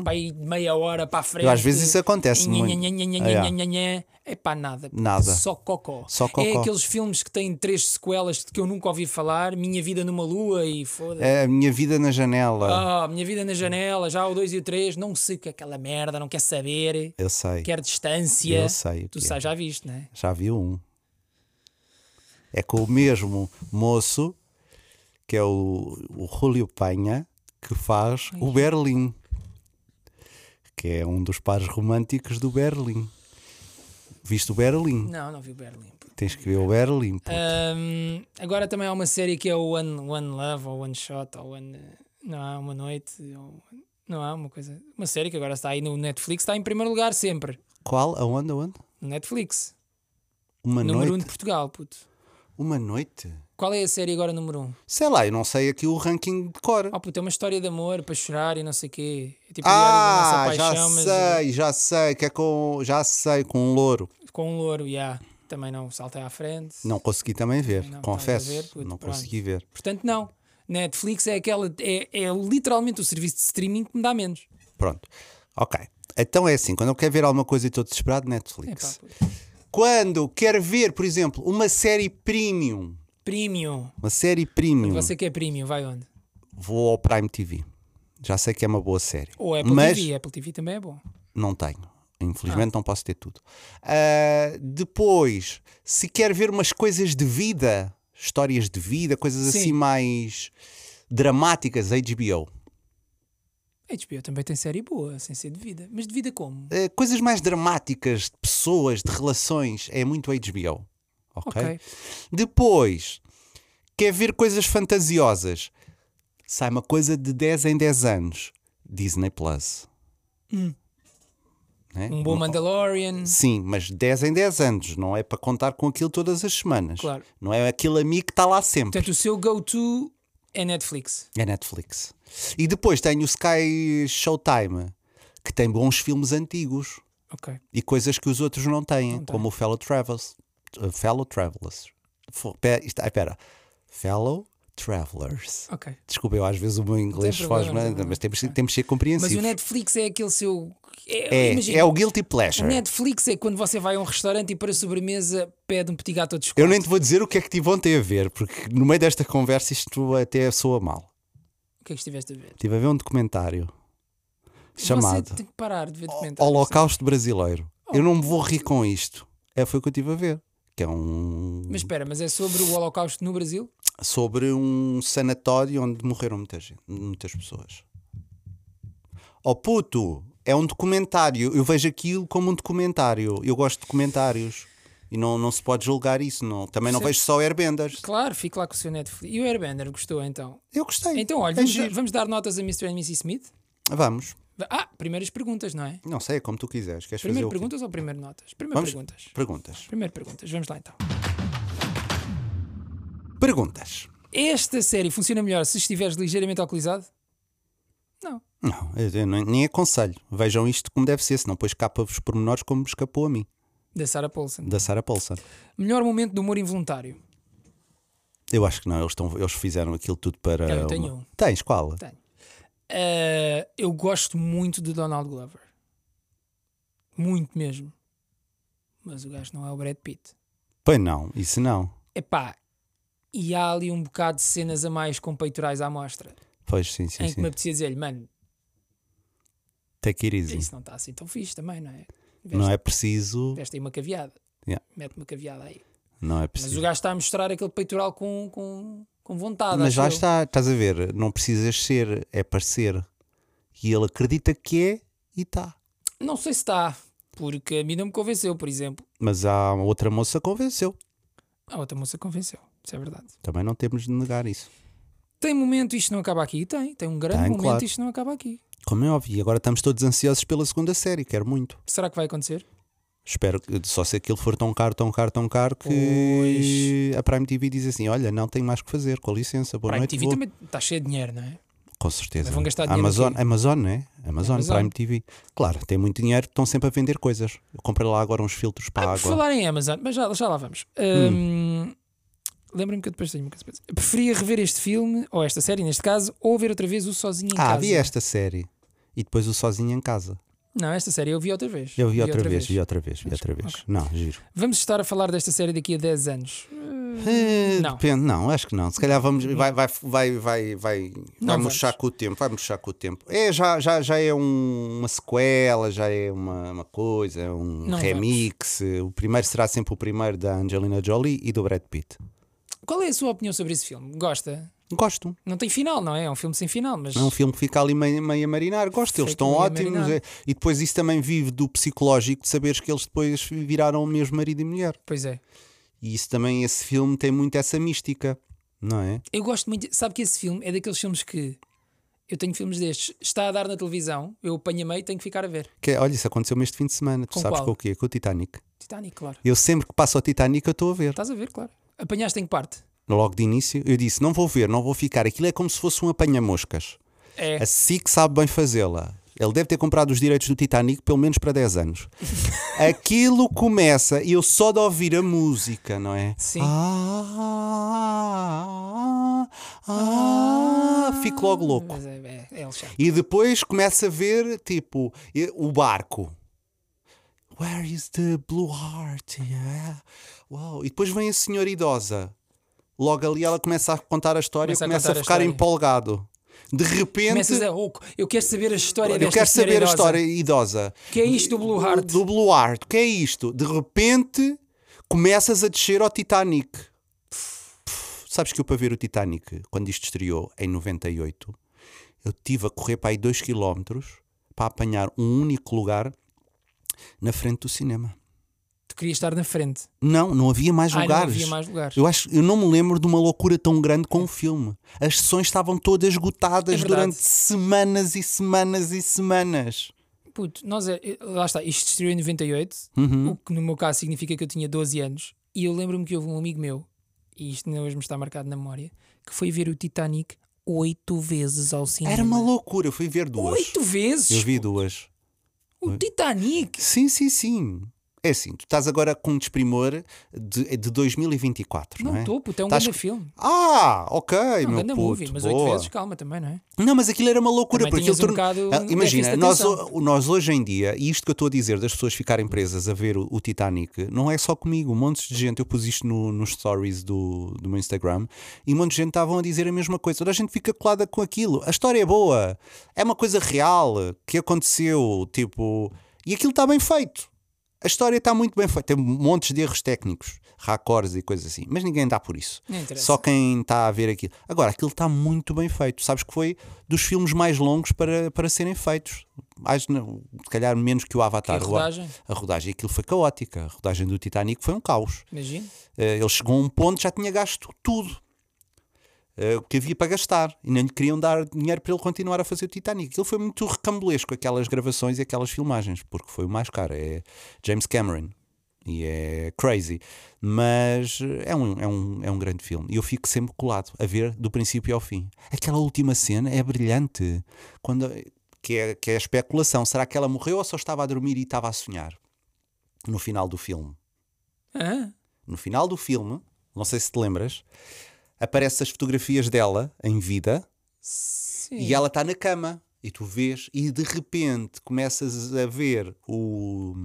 [SPEAKER 2] para aí de meia hora para a frente.
[SPEAKER 1] Eu Uhum. às vezes isso acontece muito. Ah,
[SPEAKER 2] É pá, nada.
[SPEAKER 1] Nada.
[SPEAKER 2] Só cocó.
[SPEAKER 1] Só cocó.
[SPEAKER 2] É aqueles filmes que têm três sequelas de que eu nunca ouvi falar: Minha Vida numa Lua e foda-se.
[SPEAKER 1] É a minha vida na janela.
[SPEAKER 2] Ah, Minha Vida na Janela, já o 2 e o 3, não sei o que é aquela merda, não quer saber,
[SPEAKER 1] Eu sei.
[SPEAKER 2] quer distância.
[SPEAKER 1] Eu sei o
[SPEAKER 2] Tu
[SPEAKER 1] que é.
[SPEAKER 2] sabes, já viste, né?
[SPEAKER 1] Já vi um. É com o mesmo moço, que é o, o Julio Penha, que faz o Berlim. Que é um dos pares românticos do Berlim. Viste o Berlim?
[SPEAKER 2] Não, não vi o Berlim.
[SPEAKER 1] Tens que ver o Berlim. pô.
[SPEAKER 2] Ahm, agora também há uma série que é o One, One Love ou One Shot ou One. eh, Não há uma noite. ou- não há uma coisa. Uma série que agora está aí no Netflix, está em primeiro lugar sempre.
[SPEAKER 1] Qual? Aonde? Aonde?
[SPEAKER 2] No Netflix.
[SPEAKER 1] Uma
[SPEAKER 2] número 1 um
[SPEAKER 1] noite?
[SPEAKER 2] de Portugal, puto.
[SPEAKER 1] Uma noite?
[SPEAKER 2] Qual é a série agora número 1? Um?
[SPEAKER 1] Sei lá, eu não sei aqui o ranking de cor.
[SPEAKER 2] Oh, puto, é uma história de amor para chorar e não sei o quê. É tipo o
[SPEAKER 1] ah,
[SPEAKER 2] diário da nossa paixão,
[SPEAKER 1] já
[SPEAKER 2] mas eh,
[SPEAKER 1] sei, já sei, que é com. Já sei, com um louro.
[SPEAKER 2] com um louro, yeah. também não saltei à frente.
[SPEAKER 1] Não consegui também ver,
[SPEAKER 2] Não,
[SPEAKER 1] confesso.
[SPEAKER 2] estás a ver, puto,
[SPEAKER 1] não
[SPEAKER 2] pronto.
[SPEAKER 1] consegui ver.
[SPEAKER 2] Portanto, não. Netflix é aquela. É, é literalmente o serviço de streaming que me dá menos.
[SPEAKER 1] Pronto. Ok. Então é assim, quando eu quero ver alguma coisa e estou desesperado,
[SPEAKER 2] Epá,
[SPEAKER 1] Netflix.
[SPEAKER 2] puto.
[SPEAKER 1] Quando quero ver, por exemplo, uma série premium,
[SPEAKER 2] Premium.
[SPEAKER 1] uma série premium,
[SPEAKER 2] Você que é premium, vai onde?
[SPEAKER 1] vou ao Prime TV. Já sei que é uma boa série.
[SPEAKER 2] Ou Apple
[SPEAKER 1] mas
[SPEAKER 2] TV. Apple TV também é bom.
[SPEAKER 1] não tenho. Infelizmente não posso ter tudo. Ah, depois, se quer ver umas coisas de vida, histórias de vida, coisas
[SPEAKER 2] Sim.
[SPEAKER 1] assim mais dramáticas, HBO.
[SPEAKER 2] HBO também tem série boa, sem ser de vida. Mas de vida como?
[SPEAKER 1] Eh, coisas mais dramáticas de pessoas, de relações, é muito HBO. Ok.
[SPEAKER 2] Ok.
[SPEAKER 1] Depois, quer ver coisas fantasiosas? Sai uma coisa de 10 em 10 anos. Disney Plus. Né?
[SPEAKER 2] Um bom Mandalorian.
[SPEAKER 1] Sim, mas 10 em 10 anos. Não é para contar com aquilo todas as semanas.
[SPEAKER 2] Claro.
[SPEAKER 1] Não é aquele amigo que está lá sempre.
[SPEAKER 2] Portanto, o seu go-to é Netflix.
[SPEAKER 1] É Netflix. E depois tem o Sky Showtime, que tem bons filmes antigos.
[SPEAKER 2] Ok.
[SPEAKER 1] e coisas que os outros não têm, como o Fellow Travelers. uh, Fellow Travelers. Fo- pe- isto- ai, Espera. Fellow Travelers.
[SPEAKER 2] Ok.
[SPEAKER 1] Desculpa, eu às vezes o meu inglês
[SPEAKER 2] Tem
[SPEAKER 1] faz
[SPEAKER 2] problema, não tem
[SPEAKER 1] mas temos,
[SPEAKER 2] problema.
[SPEAKER 1] temos de ser
[SPEAKER 2] Mas o
[SPEAKER 1] compreensivos.
[SPEAKER 2] Netflix é aquele seu. É,
[SPEAKER 1] É,
[SPEAKER 2] imagina,
[SPEAKER 1] é o guilty
[SPEAKER 2] o
[SPEAKER 1] pleasure.
[SPEAKER 2] Netflix é quando você vai a um restaurante e para a sobremesa pede um petit gâteau de
[SPEAKER 1] Eu nem te vou dizer o que é que tive ontem a ver, porque no meio desta conversa isto até soa mal.
[SPEAKER 2] O que é que estiveste a ver?
[SPEAKER 1] Estive a ver um documentário
[SPEAKER 2] Você
[SPEAKER 1] chamado
[SPEAKER 2] tem que Oh. parar de ver documentários.
[SPEAKER 1] Holocausto Brasileiro. Eu não me vou rir com isto. É, foi o que eu estive a ver. Que é um
[SPEAKER 2] Mas espera, mas é sobre o Holocausto no Brasil?
[SPEAKER 1] sobre um sanatório onde morreram muita gente, muitas pessoas. Oh puto, é um documentário. Eu vejo aquilo como um documentário. Eu gosto de documentários. E não, não se pode julgar isso. Não. Também não
[SPEAKER 2] Sim.
[SPEAKER 1] vejo só Airbenders.
[SPEAKER 2] Claro, fico lá com o seu Netflix. E o Airbender gostou então?
[SPEAKER 1] Eu gostei.
[SPEAKER 2] Então,
[SPEAKER 1] É
[SPEAKER 2] olha, vamos,
[SPEAKER 1] giro.
[SPEAKER 2] vamos dar notas a Mr. and Mrs. Smith?
[SPEAKER 1] Vamos.
[SPEAKER 2] Ah, primeiras perguntas, não é?
[SPEAKER 1] Não sei, é como tu quiseres. Queres fazer
[SPEAKER 2] Primeiro
[SPEAKER 1] o quê?
[SPEAKER 2] perguntas ou primeiro notas? Primeiro
[SPEAKER 1] Vamos?
[SPEAKER 2] perguntas.
[SPEAKER 1] Perguntas.
[SPEAKER 2] Primeiro perguntas, vamos lá então.
[SPEAKER 1] Perguntas.
[SPEAKER 2] Esta série funciona melhor se estiveres ligeiramente alcoolizado? Não.
[SPEAKER 1] Não, eu, eu nem, nem aconselho. Vejam isto como deve ser, senão depois escapa-vos pormenores como me escapou a mim,
[SPEAKER 2] Da Sarah Paulson.
[SPEAKER 1] da Sarah Paulson.
[SPEAKER 2] Melhor momento de humor involuntário?
[SPEAKER 1] Eu acho que não, eles, estão, eles fizeram aquilo tudo para.
[SPEAKER 2] Eu tenho um.
[SPEAKER 1] Tens qual?
[SPEAKER 2] Tenho. Ah, eu gosto muito de Donald Glover. Muito mesmo. Mas o gajo não é o Brad Pitt.
[SPEAKER 1] Pois não, isso não.
[SPEAKER 2] Epá, e há ali um bocado de cenas a mais com peitorais à mostra.
[SPEAKER 1] Pois sim, sim,
[SPEAKER 2] em que
[SPEAKER 1] sim.
[SPEAKER 2] me apetecia dizer-lhe, mano,
[SPEAKER 1] Take it easy.
[SPEAKER 2] isso não está assim tão fixe também, não é? Veste,
[SPEAKER 1] Não é preciso.
[SPEAKER 2] veste aí uma caveada.
[SPEAKER 1] Yeah.
[SPEAKER 2] Mete uma caveada aí.
[SPEAKER 1] Não é
[SPEAKER 2] Mas o
[SPEAKER 1] preciso.
[SPEAKER 2] gajo está a mostrar aquele peitoral com, com, Com vontade.
[SPEAKER 1] Mas
[SPEAKER 2] acho
[SPEAKER 1] lá
[SPEAKER 2] eu.
[SPEAKER 1] está, estás a ver, não precisas ser, é parecer. E ele acredita que é e está.
[SPEAKER 2] Não sei se está, porque a mim não me convenceu, por exemplo.
[SPEAKER 1] Mas há outra moça que convenceu.
[SPEAKER 2] A outra moça convenceu, isso é verdade.
[SPEAKER 1] Também não temos de negar isso.
[SPEAKER 2] Tem momento isto não acaba aqui? Tem, tem um grande
[SPEAKER 1] Tem,
[SPEAKER 2] momento
[SPEAKER 1] claro.
[SPEAKER 2] isto não acaba aqui.
[SPEAKER 1] Como é óbvio, e agora estamos todos ansiosos pela segunda série, quero muito.
[SPEAKER 2] Será que vai acontecer?
[SPEAKER 1] Espero que, só se aquilo for tão caro, tão caro, tão caro que
[SPEAKER 2] Pois.
[SPEAKER 1] a Prime TV diz assim: olha, não tenho mais o que fazer, com licença, boa
[SPEAKER 2] Prime
[SPEAKER 1] noite.
[SPEAKER 2] TV
[SPEAKER 1] vou.
[SPEAKER 2] também está cheio de dinheiro, não é?
[SPEAKER 1] Com certeza.
[SPEAKER 2] Mas vão gastar dinheiro
[SPEAKER 1] Amazon,
[SPEAKER 2] aqui.
[SPEAKER 1] Amazon, né? Amazon,
[SPEAKER 2] Amazon.
[SPEAKER 1] Prime TV. Claro, tem muito dinheiro, estão sempre a vender coisas. Eu comprei lá agora uns filtros para a
[SPEAKER 2] Ah, Por
[SPEAKER 1] água.
[SPEAKER 2] falar em Amazon, mas já, já lá vamos. Hum, Lembra-me que eu depois tenho uma coisa para dizer. Preferia rever este filme, ou esta série neste caso, ou ver outra vez o Sozinho em
[SPEAKER 1] ah,
[SPEAKER 2] Casa.
[SPEAKER 1] vi esta série. E depois o Sozinho em Casa.
[SPEAKER 2] Não, esta série eu vi outra vez.
[SPEAKER 1] Eu vi, outra, vez, vi outra vez, vi outra vez. Não, giro.
[SPEAKER 2] Vamos estar a falar desta série daqui a 10 anos.
[SPEAKER 1] Eh,
[SPEAKER 2] não.
[SPEAKER 1] Depende, não, acho que não. Se calhar vamos, vai, vai, vai, vai, vai, vai
[SPEAKER 2] vamos.
[SPEAKER 1] murchar com o tempo, vai murchar com o tempo. É, já, já, já é um- uma sequela, já é uma, uma coisa, é um
[SPEAKER 2] Não
[SPEAKER 1] remix. O primeiro será sempre o primeiro da Angelina Jolie e do Brad Pitt.
[SPEAKER 2] Qual é a sua opinião sobre esse filme? Gosta?
[SPEAKER 1] Gosto.
[SPEAKER 2] Não tem final, não é? É um filme sem final, mas
[SPEAKER 1] É um filme que fica ali meio, meio a marinar. Gosto, eles
[SPEAKER 2] Fica
[SPEAKER 1] estão
[SPEAKER 2] meio a
[SPEAKER 1] ótimos.
[SPEAKER 2] marinar.
[SPEAKER 1] é. E depois isso também vive do psicológico de saberes que eles depois viraram o mesmo marido e mulher.
[SPEAKER 2] pois é.
[SPEAKER 1] E isso também, esse filme tem muito essa mística, não é?
[SPEAKER 2] Eu gosto muito. Sabe que esse filme é daqueles filmes que eu tenho filmes destes. Está a dar na televisão, eu apanho a meio e tenho que ficar a ver.
[SPEAKER 1] Que, é- olha, isso aconteceu-me este fim de semana. Tu
[SPEAKER 2] Com
[SPEAKER 1] sabes
[SPEAKER 2] qual?
[SPEAKER 1] com o quê? Com o Titanic.
[SPEAKER 2] Titanic, claro.
[SPEAKER 1] Eu sempre que passo ao Titanic eu estou a ver.
[SPEAKER 2] Estás a ver, claro. Apanhaste em que parte?
[SPEAKER 1] Logo de início eu disse, não vou ver, não vou ficar. Aquilo é como se fosse um apanha-moscas.
[SPEAKER 2] É.
[SPEAKER 1] A SIC sabe bem fazê-la. Ele deve ter comprado os direitos do Titanic pelo menos para 10 anos. Aquilo começa e eu só de ouvir a música, não é?
[SPEAKER 2] Sim.
[SPEAKER 1] Ah, ah, ah, ah, fico logo louco.
[SPEAKER 2] Mas é, é, é Alexandre.
[SPEAKER 1] E depois começa a ver, tipo, e- o barco. Where is the blue heart? Yeah. Wow. E depois vem a senhora idosa. Logo ali ela começa a contar a história e
[SPEAKER 2] Começa a
[SPEAKER 1] começa a,
[SPEAKER 2] contar a
[SPEAKER 1] ficar
[SPEAKER 2] história.
[SPEAKER 1] empolgado. De repente,
[SPEAKER 2] Começas a rouco. Eu quero saber a história
[SPEAKER 1] eu
[SPEAKER 2] desta
[SPEAKER 1] quero
[SPEAKER 2] senhora
[SPEAKER 1] saber a
[SPEAKER 2] idosa.
[SPEAKER 1] história idosa.
[SPEAKER 2] Que é isto do Blue Heart?
[SPEAKER 1] Do Blue Heart. O que é isto? De repente, começas a descer ao Titanic. Pff, Sabes que eu, para ver o Titanic, quando isto estreou, em 98, eu tive a correr para aí 2 km para apanhar um único lugar na frente do cinema.
[SPEAKER 2] Tu querias estar na frente.
[SPEAKER 1] Não, não havia mais
[SPEAKER 2] Ai, não
[SPEAKER 1] lugares.
[SPEAKER 2] havia mais lugares.
[SPEAKER 1] Eu, acho, eu não me lembro de uma loucura tão grande com o filme. As sessões estavam todas esgotadas
[SPEAKER 2] É verdade.
[SPEAKER 1] durante semanas e semanas e semanas.
[SPEAKER 2] Puto, nós é, lá está, isto estreou em 98,
[SPEAKER 1] Uhum.
[SPEAKER 2] o que no meu caso significa que eu tinha 12 anos, e eu lembro-me que houve um amigo meu, e isto não hoje me está marcado na memória, que foi ver o Titanic oito vezes ao cinema.
[SPEAKER 1] Era uma loucura. Eu fui ver duas.
[SPEAKER 2] Oito vezes?
[SPEAKER 1] Eu vi duas.
[SPEAKER 2] O Titanic?
[SPEAKER 1] Sim, sim, sim. É assim, tu estás agora com um desprimor de, de 2024, não,
[SPEAKER 2] Não
[SPEAKER 1] é?
[SPEAKER 2] estou, puto, é um
[SPEAKER 1] Estás-
[SPEAKER 2] grande filme.
[SPEAKER 1] Ah, ok,
[SPEAKER 2] É um
[SPEAKER 1] meu
[SPEAKER 2] grande
[SPEAKER 1] puto.
[SPEAKER 2] movie, mas oito
[SPEAKER 1] boa.
[SPEAKER 2] vezes calma também, não é?
[SPEAKER 1] Não, mas aquilo era uma loucura.
[SPEAKER 2] Também
[SPEAKER 1] porque
[SPEAKER 2] tinhas um
[SPEAKER 1] aquilo
[SPEAKER 2] bocado
[SPEAKER 1] Ah,
[SPEAKER 2] um
[SPEAKER 1] Imagina,
[SPEAKER 2] déficit de
[SPEAKER 1] nós,
[SPEAKER 2] atenção.
[SPEAKER 1] o- nós hoje em dia, e isto que eu estou a dizer das pessoas ficarem presas a ver o, o Titanic, não é só comigo. Um monte de gente, eu pus isto no- nos stories do, do meu Instagram, e um monte de gente estavam a dizer a mesma coisa. Toda a gente fica colada com aquilo. A história é boa, é uma coisa real que aconteceu, tipo. E aquilo está bem feito. A história está muito bem feita. Tem montes de erros técnicos, racores e coisas assim, mas ninguém dá por isso.
[SPEAKER 2] Não interessa.
[SPEAKER 1] Só quem está a ver aquilo. Agora, aquilo está muito bem feito. Sabes que foi dos filmes mais longos para, para serem feitos. Acho, não, se calhar menos que o Avatar.
[SPEAKER 2] Que é a
[SPEAKER 1] O-
[SPEAKER 2] rodagem?
[SPEAKER 1] A rodagem, aquilo foi caótica. A rodagem do Titanic foi um caos.
[SPEAKER 2] Imagina.
[SPEAKER 1] Eh, Ele chegou a um ponto, já tinha gasto tudo. eh, O que havia para gastar e nem lhe queriam dar dinheiro para ele continuar a fazer o Titanic. Aquilo foi muito recambulesco, aquelas gravações e aquelas filmagens, porque foi o mais caro. É James Cameron e é crazy, mas eh, é um, é um, é um grande filme. E eu fico sempre colado a ver do princípio ao fim. Aquela última cena é brilhante, quando, que, é, que é a especulação: será que ela morreu ou só estava a dormir e estava a sonhar no final do filme?
[SPEAKER 2] Hã?
[SPEAKER 1] no final do filme, não sei se te lembras, aparecem as fotografias dela em vida
[SPEAKER 2] Sim.
[SPEAKER 1] e ela está na cama. E tu vês, e de repente começas a ver o,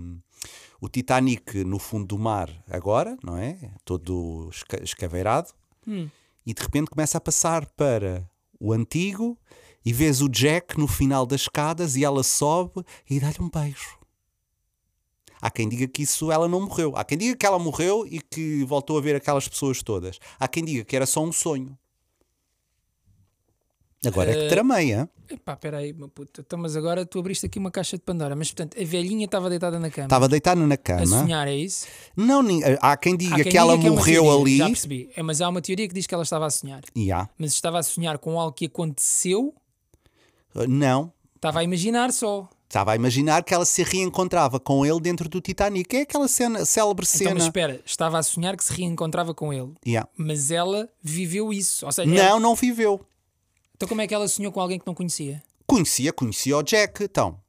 [SPEAKER 1] o Titanic no fundo do mar, agora, não é? Todo esca- escaveirado.
[SPEAKER 2] Hum.
[SPEAKER 1] E de repente começa a passar para o antigo e vês o Jack no final das escadas e ela sobe e dá-lhe um beijo. Há quem diga que isso ela não morreu. Há quem diga que ela morreu e que voltou a ver aquelas pessoas todas. Há quem diga que era só um sonho. Agora é
[SPEAKER 2] Eh,
[SPEAKER 1] que tramei, hã?
[SPEAKER 2] Epá, peraí, meu puto. Então, mas agora tu abriste aqui uma caixa de Pandora. Mas, portanto, a velhinha estava deitada na cama.
[SPEAKER 1] Estava deitada na
[SPEAKER 2] a
[SPEAKER 1] cama.
[SPEAKER 2] sonhar, é isso?
[SPEAKER 1] Não, nin- eh, há quem diga
[SPEAKER 2] Há quem
[SPEAKER 1] que ela
[SPEAKER 2] diga é uma
[SPEAKER 1] morreu
[SPEAKER 2] teoria,
[SPEAKER 1] ali.
[SPEAKER 2] Já percebi. É, mas há uma teoria que diz que ela estava a sonhar.
[SPEAKER 1] E há.
[SPEAKER 2] Mas estava a sonhar com algo que aconteceu,
[SPEAKER 1] Eh, Não.
[SPEAKER 2] estava a imaginar só.
[SPEAKER 1] Estava a imaginar que ela se reencontrava com ele dentro do Titanic. É aquela cena, célebre
[SPEAKER 2] Então, mas
[SPEAKER 1] cena.
[SPEAKER 2] espera, estava a sonhar que se reencontrava com ele.
[SPEAKER 1] E há.
[SPEAKER 2] Mas ela viveu isso. Ou seja, ela-
[SPEAKER 1] Não, não viveu.
[SPEAKER 2] então como é que ela sonhou com alguém que não conhecia?
[SPEAKER 1] Conhecia, conhecia o Jack. Então,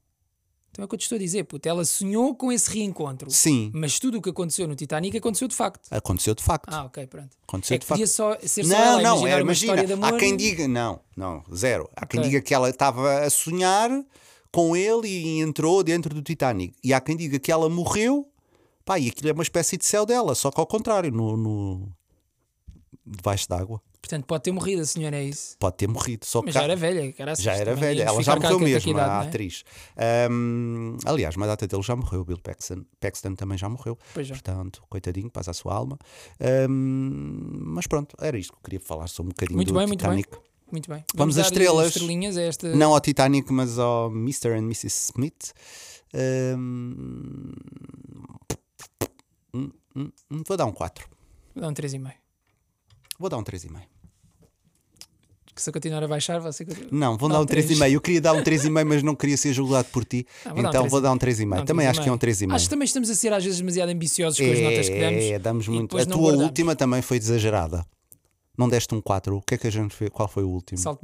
[SPEAKER 2] Então é o que eu te estou a dizer, puto. Ela sonhou com esse reencontro.
[SPEAKER 1] sim,
[SPEAKER 2] Mas tudo o que aconteceu no Titanic aconteceu de facto.
[SPEAKER 1] aconteceu de facto.
[SPEAKER 2] Ah, ok, pronto.
[SPEAKER 1] Aconteceu
[SPEAKER 2] é
[SPEAKER 1] de
[SPEAKER 2] que
[SPEAKER 1] facto.
[SPEAKER 2] podia só ser só
[SPEAKER 1] Não,
[SPEAKER 2] ela a
[SPEAKER 1] não,
[SPEAKER 2] imaginar
[SPEAKER 1] é,
[SPEAKER 2] uma
[SPEAKER 1] imagina.
[SPEAKER 2] história de amor.
[SPEAKER 1] Há quem diga, não, não, zero. Há quem
[SPEAKER 2] Ok.
[SPEAKER 1] diga que ela estava a sonhar com ele e entrou dentro do Titanic. E há quem diga que ela morreu, pá, e aquilo é uma espécie de céu dela, só que ao contrário, no, no... debaixo d'água.
[SPEAKER 2] Portanto, pode ter morrido a senhora, é isso.
[SPEAKER 1] Pode ter morrido, só que
[SPEAKER 2] Mas já era velha, cara.
[SPEAKER 1] Tá. já era velha, ela já morreu mesmo, a
[SPEAKER 2] é?
[SPEAKER 1] atriz. Ahm, aliás, uma data dele já morreu, Bill Paxton, Paxton também já morreu.
[SPEAKER 2] Pois já.
[SPEAKER 1] Portanto, coitadinho, paz à sua alma. Ahm, mas pronto, era isto que eu queria falar só um bocadinho
[SPEAKER 2] Muito
[SPEAKER 1] do
[SPEAKER 2] bem, muito bem.
[SPEAKER 1] Titanic.
[SPEAKER 2] Muito bem.
[SPEAKER 1] Vamos às
[SPEAKER 2] dar
[SPEAKER 1] estrelas.
[SPEAKER 2] estrelinhas a esta.
[SPEAKER 1] Não ao Titanic, mas ao Mr. and Mrs. Smith. Ahm, hum, hum, hum, vou dar um 4.
[SPEAKER 2] Dá um 3,5.
[SPEAKER 1] Vou dar um 3,5.
[SPEAKER 2] Que se eu continuar a baixar, vai ser. que-
[SPEAKER 1] Não, vou
[SPEAKER 2] Dá
[SPEAKER 1] dar
[SPEAKER 2] um
[SPEAKER 1] um
[SPEAKER 2] três.
[SPEAKER 1] 3,5. Eu queria dar um 3,5, mas não queria ser julgado por ti.
[SPEAKER 2] Ah, vou dar um
[SPEAKER 1] então
[SPEAKER 2] três
[SPEAKER 1] vou
[SPEAKER 2] e
[SPEAKER 1] dar um 3,5.
[SPEAKER 2] Não,
[SPEAKER 1] Também acho que é um
[SPEAKER 2] 3,5.
[SPEAKER 1] 3,5.
[SPEAKER 2] Acho que também estamos a ser às vezes demasiado ambiciosos com as notas que damos.
[SPEAKER 1] É, damos
[SPEAKER 2] e
[SPEAKER 1] muito.
[SPEAKER 2] depois
[SPEAKER 1] A
[SPEAKER 2] não
[SPEAKER 1] tua
[SPEAKER 2] guardamos.
[SPEAKER 1] última também foi exagerada. Não deste um 4. O que é que a gente fez? Qual foi o último? Salto,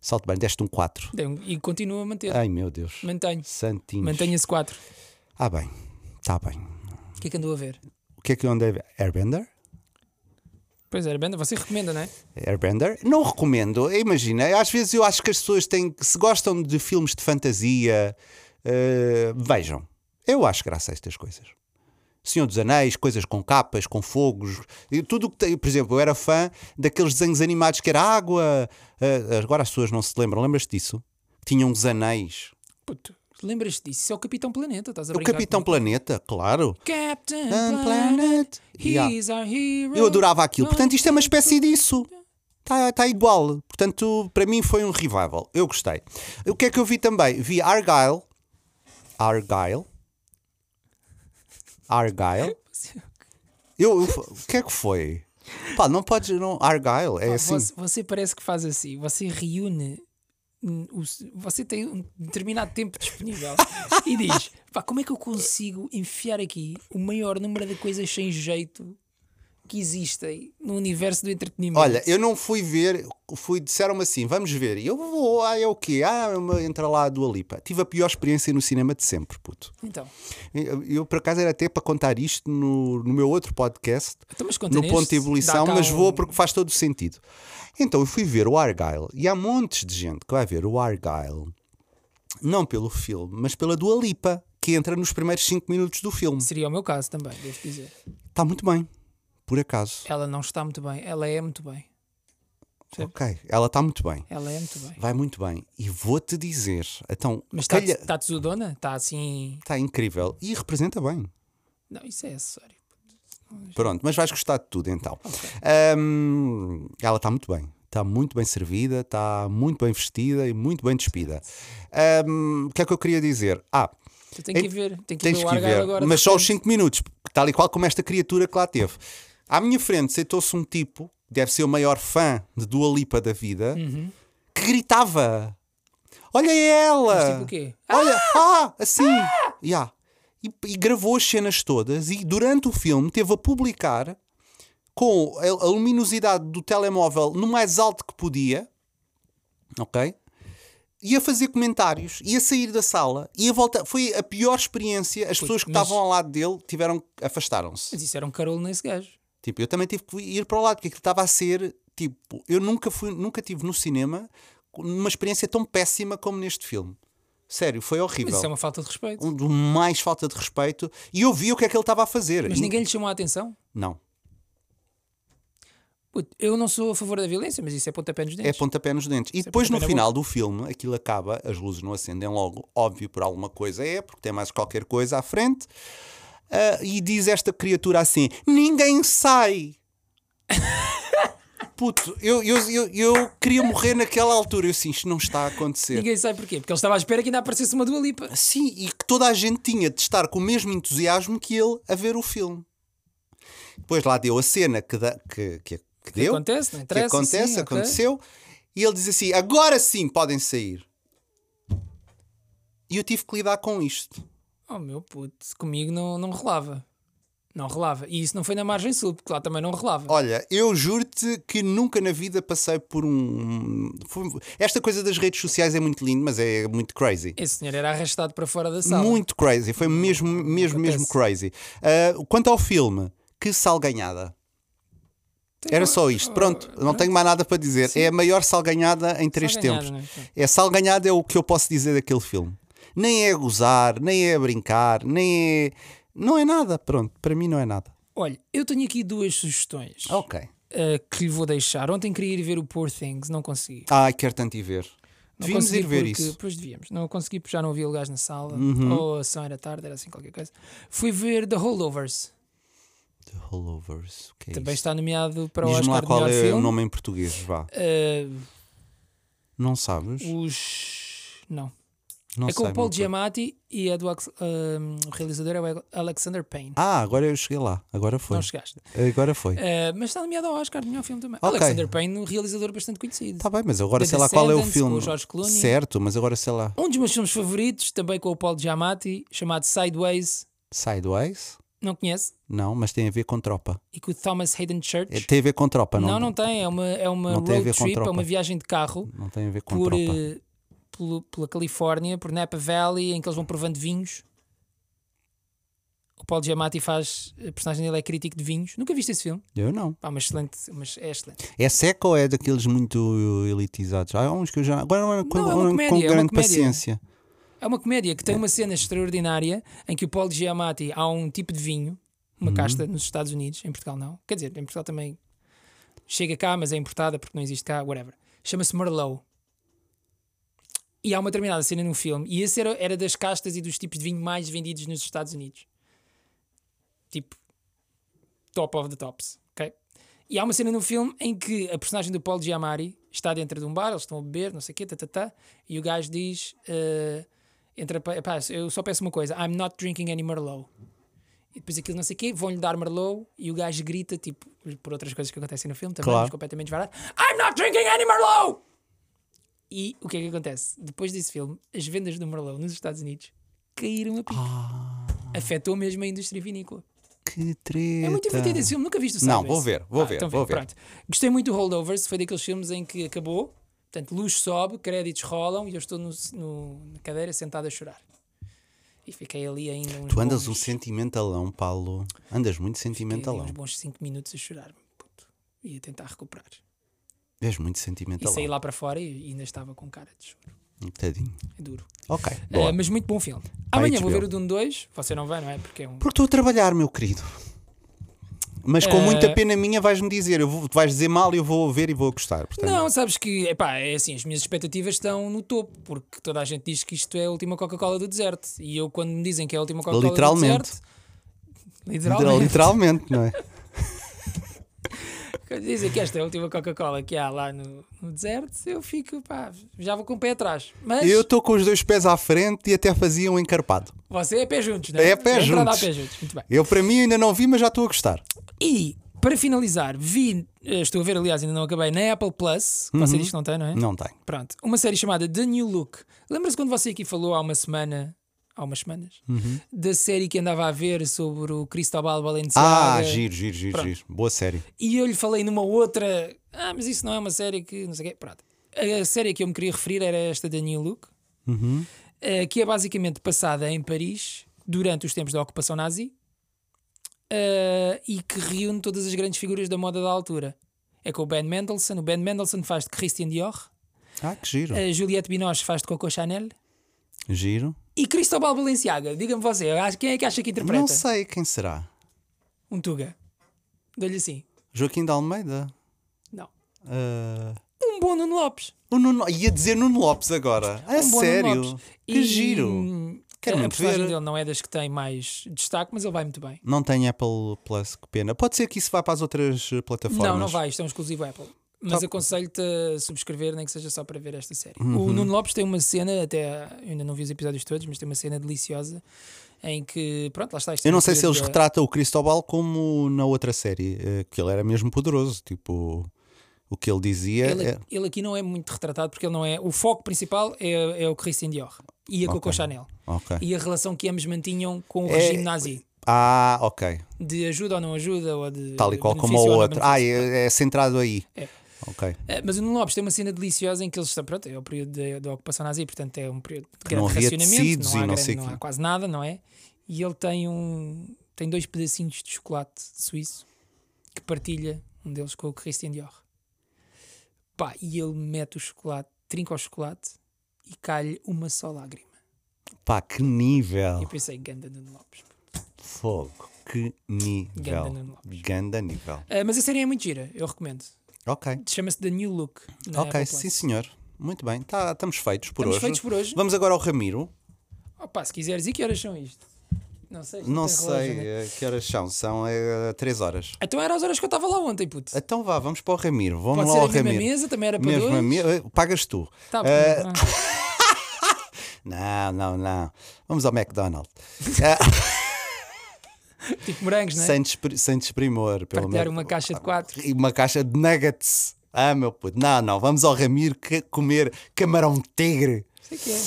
[SPEAKER 2] Saltburn.
[SPEAKER 1] bem, deste um 4.
[SPEAKER 2] dei um- E continuo a manter.
[SPEAKER 1] Ai meu Deus.
[SPEAKER 2] Mantenho.
[SPEAKER 1] Santinhos.
[SPEAKER 2] Mantenha-se 4.
[SPEAKER 1] Ah, bem. Está bem.
[SPEAKER 2] O que é que andou a ver?
[SPEAKER 1] O que é que eu andei a ver? Airbender?
[SPEAKER 2] Pois é, banda, você recomenda, não é?
[SPEAKER 1] Airbender? Não recomendo. Imagina, às vezes eu acho que as pessoas têm. que- Se gostam de filmes de fantasia, eh, vejam. Eu acho graça a estas coisas. Senhor dos Anéis, coisas com capas, com fogos, e tudo o que tem. Por exemplo, eu era fã daqueles desenhos animados que era água. eh, agora as pessoas não se lembram. Lembras-te disso? Tinham os anéis.
[SPEAKER 2] Puto, lembras-te disso? Isso é o Capitão Planeta, estás a
[SPEAKER 1] O
[SPEAKER 2] brincar
[SPEAKER 1] Capitão
[SPEAKER 2] comigo?
[SPEAKER 1] Planeta, claro.
[SPEAKER 2] Captain
[SPEAKER 1] Um
[SPEAKER 2] Planet.
[SPEAKER 1] planet. Yeah.
[SPEAKER 2] He's our hero.
[SPEAKER 1] Eu adorava aquilo. Portanto, isto é uma espécie disso. Está tá igual. Portanto, para mim foi um revival. Eu gostei. O que é que eu vi também? Vi Argyle. Argyle. Argyle. Eu, eu- o que é que foi? Pá, não podes. Não, Argyle, é
[SPEAKER 2] Pá,
[SPEAKER 1] assim.
[SPEAKER 2] Você, você parece que faz assim, você reúne. hum, os- Você tem um determinado tempo disponível e diz: pá, como é que eu consigo enfiar aqui o maior número de coisas sem jeito que existem no universo do entretenimento?
[SPEAKER 1] Olha, eu não fui ver, fui, disseram-me assim, vamos ver. E eu vou, ah, é o quê? Ah, uma- entra lá a Dua Lipa. Tive a pior experiência no cinema de sempre, puto.
[SPEAKER 2] Então,
[SPEAKER 1] Eu, eu, por acaso, era até para contar isto no, no meu outro podcast,
[SPEAKER 2] então mas
[SPEAKER 1] no ponto de ebulição, mas
[SPEAKER 2] um
[SPEAKER 1] vou porque faz todo o sentido. Então eu fui ver o Argyle e há montes de gente que vai ver o Argyle, não pelo filme, mas pela Dua Lipa, que entra nos primeiros 5 minutos do filme.
[SPEAKER 2] Seria o meu caso também, devo dizer.
[SPEAKER 1] Está muito bem, por acaso.
[SPEAKER 2] Ela não está muito bem, ela é muito bem.
[SPEAKER 1] Ok, ela está muito bem.
[SPEAKER 2] Ela é muito bem.
[SPEAKER 1] Vai muito bem. E vou-te dizer, então,
[SPEAKER 2] Mas está
[SPEAKER 1] calha-
[SPEAKER 2] tá tesudona? Está assim.
[SPEAKER 1] está incrível e representa bem.
[SPEAKER 2] Não, isso é acessório.
[SPEAKER 1] Pronto, mas vais gostar de tudo então. Hum, ela está muito bem. Está muito bem servida, está muito bem vestida e muito bem despida. Hum, o que é que eu queria dizer? Ah,
[SPEAKER 2] Tu tens que ir ver, Então, tem que ir
[SPEAKER 1] tens
[SPEAKER 2] ver
[SPEAKER 1] que
[SPEAKER 2] o
[SPEAKER 1] ir
[SPEAKER 2] Argyle
[SPEAKER 1] ver,
[SPEAKER 2] agora. é um
[SPEAKER 1] mas
[SPEAKER 2] de
[SPEAKER 1] só os
[SPEAKER 2] repente.
[SPEAKER 1] 5 minutos, tal e qual como esta criatura que lá teve. À minha frente sentou-se um tipo, deve ser o maior fã de Dua Lipa da vida,
[SPEAKER 2] Uhum.
[SPEAKER 1] que gritava: Olha ela!
[SPEAKER 2] Tipo o quê?
[SPEAKER 1] Olha, ah, assim, yeah. e, e gravou as cenas todas e durante o filme teve a publicar com a, a luminosidade do telemóvel no mais alto que podia, ok? E a fazer comentários, e a sair da sala, e a voltar. Foi a pior experiência. As pessoas que
[SPEAKER 2] mas-
[SPEAKER 1] estavam ao lado dele tiveram afastaram-se.
[SPEAKER 2] Mas isso era um carolo nesse gajo.
[SPEAKER 1] Tipo, eu também tive que ir para o lado, porque aquilo estava a ser tipo, eu nunca fui, nunca tive no cinema uma experiência tão péssima como neste filme. Sério, foi
[SPEAKER 2] Mas
[SPEAKER 1] horrível.
[SPEAKER 2] isso é uma falta de respeito.
[SPEAKER 1] Um do mais falta de respeito. E eu vi o que é que ele estava a fazer.
[SPEAKER 2] Mas
[SPEAKER 1] E-
[SPEAKER 2] ninguém lhe chamou a atenção.
[SPEAKER 1] Não.
[SPEAKER 2] Puto, Eu não sou a favor da violência, mas isso é pontapé nos
[SPEAKER 1] É
[SPEAKER 2] dentes.
[SPEAKER 1] pontapé nos dentes. E depois, no
[SPEAKER 2] pontapé na
[SPEAKER 1] final do filme, aquilo acaba, as luzes não acendem logo, óbvio, por alguma coisa é, porque tem mais qualquer coisa à frente. Ah, e diz esta criatura assim: Ninguém sai. Puto, eu, eu, eu, eu queria morrer naquela altura. Eu assim, isto não está a acontecer.
[SPEAKER 2] Ninguém sabe porquê, porque ele estava à espera que ainda aparecesse uma Dua Lipa.
[SPEAKER 1] Sim, e que toda a gente tinha de estar com o mesmo entusiasmo que ele a ver o filme. Depois lá deu a cena que, dá- que, que, que deu.
[SPEAKER 2] acontece, não
[SPEAKER 1] que
[SPEAKER 2] interessa,
[SPEAKER 1] acontece,
[SPEAKER 2] sim, ok.
[SPEAKER 1] aconteceu. E ele diz assim: agora sim podem sair. E eu tive que lidar com isto.
[SPEAKER 2] Oh meu puto, comigo não, não relava. Não relava. E isso não foi na margem sul, porque lá também não relava.
[SPEAKER 1] Olha, eu juro-te que nunca na vida passei por um. foi- Esta coisa das redes sociais é muito lindo, mas é muito crazy.
[SPEAKER 2] Esse senhor era arrastado para fora da sala.
[SPEAKER 1] Muito crazy, foi mesmo, mesmo, mesmo crazy. Ah, quanto ao filme, que salganhada. Era só isto, pronto, não tenho mais nada para dizer. É a maior salganhada em três
[SPEAKER 2] Salganhada,
[SPEAKER 1] tempos.
[SPEAKER 2] não é? Pronto.
[SPEAKER 1] É salganhada é o que eu posso dizer daquele filme. Nem é gozar, nem é brincar, nem é. Não é nada, pronto, para mim não é nada.
[SPEAKER 2] Olha, eu tenho aqui duas sugestões
[SPEAKER 1] Ok.
[SPEAKER 2] eh, que lhe vou deixar. Ontem queria ir ver o Poor Things, não consegui.
[SPEAKER 1] Ai, quero tanto ir ver.
[SPEAKER 2] Não
[SPEAKER 1] Devíamos
[SPEAKER 2] consegui
[SPEAKER 1] ir ver
[SPEAKER 2] porque-
[SPEAKER 1] isso. Uhum.
[SPEAKER 2] Pois devíamos. Não consegui porque já não havia lugares na sala. Ou a ação era tarde, era assim qualquer coisa. Fui ver The Holdovers.
[SPEAKER 1] The Holdovers, o que é
[SPEAKER 2] Também
[SPEAKER 1] isso?
[SPEAKER 2] está nomeado para o
[SPEAKER 1] Diz-me lá
[SPEAKER 2] Oscar de
[SPEAKER 1] qual
[SPEAKER 2] melhor
[SPEAKER 1] é o
[SPEAKER 2] filme.
[SPEAKER 1] nome em português, vá.
[SPEAKER 2] Eh,
[SPEAKER 1] Não sabes?
[SPEAKER 2] os... Não.
[SPEAKER 1] Não
[SPEAKER 2] é com
[SPEAKER 1] sei,
[SPEAKER 2] o Paul
[SPEAKER 1] não sei.
[SPEAKER 2] Giamatti e é do Ax- hum, o realizador é o Ale- Alexander Payne.
[SPEAKER 1] Ah, agora eu cheguei lá. Agora foi.
[SPEAKER 2] não chegaste.
[SPEAKER 1] Agora foi.
[SPEAKER 2] Eh, mas está nomeado ao Oscar de melhor filme também.
[SPEAKER 1] Ok.
[SPEAKER 2] Alexander Payne, um realizador bastante conhecido.
[SPEAKER 1] Está Tá bem, mas agora
[SPEAKER 2] The
[SPEAKER 1] sei lá qual é o
[SPEAKER 2] Descendants, com
[SPEAKER 1] filme.
[SPEAKER 2] o George Clooney.
[SPEAKER 1] Certo, mas agora sei lá.
[SPEAKER 2] Um dos meus filmes favoritos, também com o Paul Giamatti, chamado Sideways.
[SPEAKER 1] Sideways?
[SPEAKER 2] Não conhece?
[SPEAKER 1] Não, mas tem a ver com tropa.
[SPEAKER 2] E com o Thomas Hayden Church.
[SPEAKER 1] É, Tem a ver com tropa, não?
[SPEAKER 2] Não, não tem. É uma, é uma
[SPEAKER 1] Não tem a
[SPEAKER 2] road
[SPEAKER 1] ver com
[SPEAKER 2] trip, é
[SPEAKER 1] tropa.
[SPEAKER 2] uma viagem de carro
[SPEAKER 1] Não tem a ver com
[SPEAKER 2] por,
[SPEAKER 1] tropa.
[SPEAKER 2] eh, pelo- pela Califórnia, por Napa Valley, em que eles vão provando vinhos. O Paul Giamatti faz. A personagem dele é crítico de vinhos. Nunca viste esse filme?
[SPEAKER 1] Eu não.
[SPEAKER 2] Pá, mas excelente. Mas é excelente.
[SPEAKER 1] É seco ou é daqueles muito elitizados? Há uns que eu já. Agora não, com,
[SPEAKER 2] é uma
[SPEAKER 1] com
[SPEAKER 2] comédia, é uma
[SPEAKER 1] grande
[SPEAKER 2] comédia.
[SPEAKER 1] paciência.
[SPEAKER 2] É uma comédia que tem uma cena extraordinária em que o Paul Giamatti há um tipo de vinho, uma casta nos Estados Unidos, em Portugal não. Quer dizer, em Portugal também chega cá, mas é importada porque não existe cá, whatever. Chama-se Merlot. E há uma determinada cena no filme, e esse era, era das castas e dos tipos de vinho mais vendidos nos Estados Unidos. Tipo, top of the tops, ok? E há uma cena no filme em que a personagem do Paul Giamatti está dentro de um bar, eles estão a beber, não sei o quê, tatatá, e o gajo diz: eh, entra, pa- pá, Eu só peço uma coisa, I'm not drinking any Merlot. E depois aquilo, não sei o quê, vão-lhe dar Merlot, e o gajo grita, tipo, por outras coisas que acontecem no filme também,
[SPEAKER 1] Claro.
[SPEAKER 2] mas completamente varado: I'm not drinking any Merlot! E o que é que acontece? Depois desse filme, as vendas do Merlot nos Estados Unidos caíram a pico. Afetou mesmo a indústria vinícola.
[SPEAKER 1] Que treta.
[SPEAKER 2] É muito divertido esse filme, nunca viste o
[SPEAKER 1] Então. Não,
[SPEAKER 2] Sideways?
[SPEAKER 1] vou ver, vou ver,
[SPEAKER 2] então
[SPEAKER 1] vou ver.
[SPEAKER 2] Pronto. Gostei muito do Holdovers, foi daqueles filmes em que acabou, portanto, luz sobe, créditos rolam e eu estou no, no- na cadeira sentado a chorar. E fiquei ali ainda uns
[SPEAKER 1] Tu andas um
[SPEAKER 2] bons,
[SPEAKER 1] sentimentalão, Paulo. Andas muito
[SPEAKER 2] fiquei ali
[SPEAKER 1] sentimentalão.
[SPEAKER 2] uns bons 5 minutos a chorar puto, e a tentar recuperar.
[SPEAKER 1] És muito
[SPEAKER 2] E saí
[SPEAKER 1] sentimentalão.
[SPEAKER 2] lá para fora e ainda estava com cara de choro.
[SPEAKER 1] Um Tadinho.
[SPEAKER 2] É duro.
[SPEAKER 1] Ok.
[SPEAKER 2] Ah,
[SPEAKER 1] Boa. é
[SPEAKER 2] mas muito bom filme. Amanhã vou
[SPEAKER 1] HBO.
[SPEAKER 2] ver o Dune 2. Você não vai, não é? Porque é um.
[SPEAKER 1] Porque estou a trabalhar, meu querido. Mas com
[SPEAKER 2] Eh,
[SPEAKER 1] muita pena minha vais-me dizer, eu vou- vais dizer mal e eu vou ver e vou gostar. Portanto,
[SPEAKER 2] Não, sabes que epá, é assim, as minhas expectativas estão no topo, porque toda a gente diz que isto é a última Coca-Cola do deserto. E eu, quando me dizem que é a última Coca-Cola do
[SPEAKER 1] Literalmente.
[SPEAKER 2] deserto,
[SPEAKER 1] literal-
[SPEAKER 2] literalmente,
[SPEAKER 1] literalmente, não é?
[SPEAKER 2] quando dizem que esta é a última Coca-Cola que há lá no, no deserto, eu fico, pá, já vou com o pé atrás. Mas
[SPEAKER 1] Eu estou com os dois pés à frente e até fazia um encarpado.
[SPEAKER 2] você é pé juntos, não é?
[SPEAKER 1] É pé
[SPEAKER 2] Entrada a
[SPEAKER 1] juntos.
[SPEAKER 2] pé juntos. Muito bem.
[SPEAKER 1] Eu, para mim, ainda não vi, mas já estou a gostar.
[SPEAKER 2] E, para finalizar, vi, eh, estou a ver, aliás, ainda não acabei, na Apple Plus, que
[SPEAKER 1] Uhum.
[SPEAKER 2] você diz que não tem, não é?
[SPEAKER 1] Não tem.
[SPEAKER 2] Pronto, uma série chamada The New Look. Lembra-se quando você aqui falou há uma semana, há umas semanas,
[SPEAKER 1] Uhum.
[SPEAKER 2] da série que andava a ver sobre o Cristobal
[SPEAKER 1] Ah,
[SPEAKER 2] Balenciaga?
[SPEAKER 1] giro, giro, giro, giro. Boa série.
[SPEAKER 2] E eu lhe falei numa outra, ah, mas isso não é uma série que não sei o quê. Pronto, a série que eu me queria referir era esta The New Look,
[SPEAKER 1] Uhum.
[SPEAKER 2] eh, que é basicamente passada em Paris durante os tempos da ocupação nazi eh, e que reúne todas as grandes figuras da moda da altura. É com o Ben Mendelssohn, o Ben Mendelssohn faz de Christian Dior.
[SPEAKER 1] Ah, que giro.
[SPEAKER 2] A Juliette Binoche faz de Coco Chanel.
[SPEAKER 1] Giro.
[SPEAKER 2] E Cristobal Balenciaga, diga-me você, acho- quem é que acha que interpreta?
[SPEAKER 1] Não sei quem será.
[SPEAKER 2] Um Tuga. Dou-lhe assim.
[SPEAKER 1] Joaquim de Almeida?
[SPEAKER 2] Não.
[SPEAKER 1] Ah,
[SPEAKER 2] Um bom Nuno Lopes.
[SPEAKER 1] o Nuno... Ia dizer Nuno Lopes agora. A
[SPEAKER 2] Um bom
[SPEAKER 1] É sério.
[SPEAKER 2] Nuno Lopes.
[SPEAKER 1] Que giro.
[SPEAKER 2] hum,
[SPEAKER 1] Quero
[SPEAKER 2] a- a
[SPEAKER 1] muito
[SPEAKER 2] personagem
[SPEAKER 1] ver.
[SPEAKER 2] dele não é das que tem mais destaque, mas ele vai muito bem.
[SPEAKER 1] Não tem Apple Plus, que pena. Pode ser que isso vá para as outras eh, plataformas.
[SPEAKER 2] Não, não vai, isto é um exclusivo Apple. Mas aconselho-te a subscrever, nem que seja só para ver esta série.
[SPEAKER 1] Uhum.
[SPEAKER 2] O Nuno Lopes tem uma cena, até eu ainda não vi os episódios todos, mas tem uma cena deliciosa em que, pronto, lá está. isto é
[SPEAKER 1] Eu não
[SPEAKER 2] uma
[SPEAKER 1] sei se
[SPEAKER 2] cena
[SPEAKER 1] eles
[SPEAKER 2] da-
[SPEAKER 1] retratam o Cristobal como na outra série, eh, que ele era mesmo poderoso. Tipo, o que ele dizia.
[SPEAKER 2] Ele,
[SPEAKER 1] é-
[SPEAKER 2] ele aqui não é muito retratado porque ele não é. O foco principal é, é o Christian Dior e a Coco
[SPEAKER 1] Ok.
[SPEAKER 2] Chanel
[SPEAKER 1] Ok.
[SPEAKER 2] e a relação que ambos mantinham com o
[SPEAKER 1] É-
[SPEAKER 2] regime nazi
[SPEAKER 1] Ah, ok.
[SPEAKER 2] de ajuda ou não ajuda, ou de
[SPEAKER 1] Tal e qual como o
[SPEAKER 2] benefício ou não
[SPEAKER 1] outro. Ah, é, é centrado aí.
[SPEAKER 2] Eh, É.
[SPEAKER 1] Ok.
[SPEAKER 2] É, Mas o Nuno Lopes tem uma cena deliciosa em que eles estão. Pronto, é o período da- da ocupação nazi, portanto é um período de grande
[SPEAKER 1] não havia
[SPEAKER 2] racionamento,
[SPEAKER 1] tecidos
[SPEAKER 2] não, há
[SPEAKER 1] e não
[SPEAKER 2] grande-
[SPEAKER 1] sei
[SPEAKER 2] não
[SPEAKER 1] quê.
[SPEAKER 2] há quase nada, não é? E ele tem um. tem dois pedacinhos de chocolate suíço que partilha um deles com o Christian Dior. Pá, e ele mete o chocolate, trinca o chocolate e cai-lhe uma só lágrima.
[SPEAKER 1] Pá, que
[SPEAKER 2] E eu
[SPEAKER 1] nível.
[SPEAKER 2] pensei, ganda Nuno Lopes.
[SPEAKER 1] Fogo. Que nível.
[SPEAKER 2] Ganda Nuno Lopes.
[SPEAKER 1] Ganda nível.
[SPEAKER 2] Ah, mas a série é muito gira, eu recomendo.
[SPEAKER 1] Ok.
[SPEAKER 2] Chama-se The New Look. na Apple
[SPEAKER 1] Ok,
[SPEAKER 2] Plus.
[SPEAKER 1] sim senhor. Muito bem. Tá, estamos feitos por
[SPEAKER 2] Estamos
[SPEAKER 1] hoje.
[SPEAKER 2] feitos por hoje.
[SPEAKER 1] Vamos agora ao Ramiro.
[SPEAKER 2] Opa, se quiseres, e que horas são isto? Não sei. isto
[SPEAKER 1] Não
[SPEAKER 2] tem relógio,
[SPEAKER 1] sei
[SPEAKER 2] né?
[SPEAKER 1] eh, que horas são. São 3 horas.
[SPEAKER 2] Então era as horas que eu estava lá ontem, puto.
[SPEAKER 1] Então vá, vamos para o Ramiro. Vamos
[SPEAKER 2] Pode
[SPEAKER 1] lá
[SPEAKER 2] ser
[SPEAKER 1] ao
[SPEAKER 2] a mesma
[SPEAKER 1] Ramiro.
[SPEAKER 2] mesa, também era para
[SPEAKER 1] Mesma
[SPEAKER 2] dois.
[SPEAKER 1] me- Pagas tu.
[SPEAKER 2] Tá,
[SPEAKER 1] Eh,
[SPEAKER 2] bom.
[SPEAKER 1] Não, não, não. Vamos ao McDonald's.
[SPEAKER 2] Ah, tipo morangos, né?
[SPEAKER 1] sem, despri- sem desprimor, pelo
[SPEAKER 2] Partilhar
[SPEAKER 1] menos.
[SPEAKER 2] uma caixa de quatro.
[SPEAKER 1] E uma caixa de nuggets. Ah, meu puto. Não, não. Vamos ao Ramiro que- comer camarão tigre.
[SPEAKER 2] Sei que é.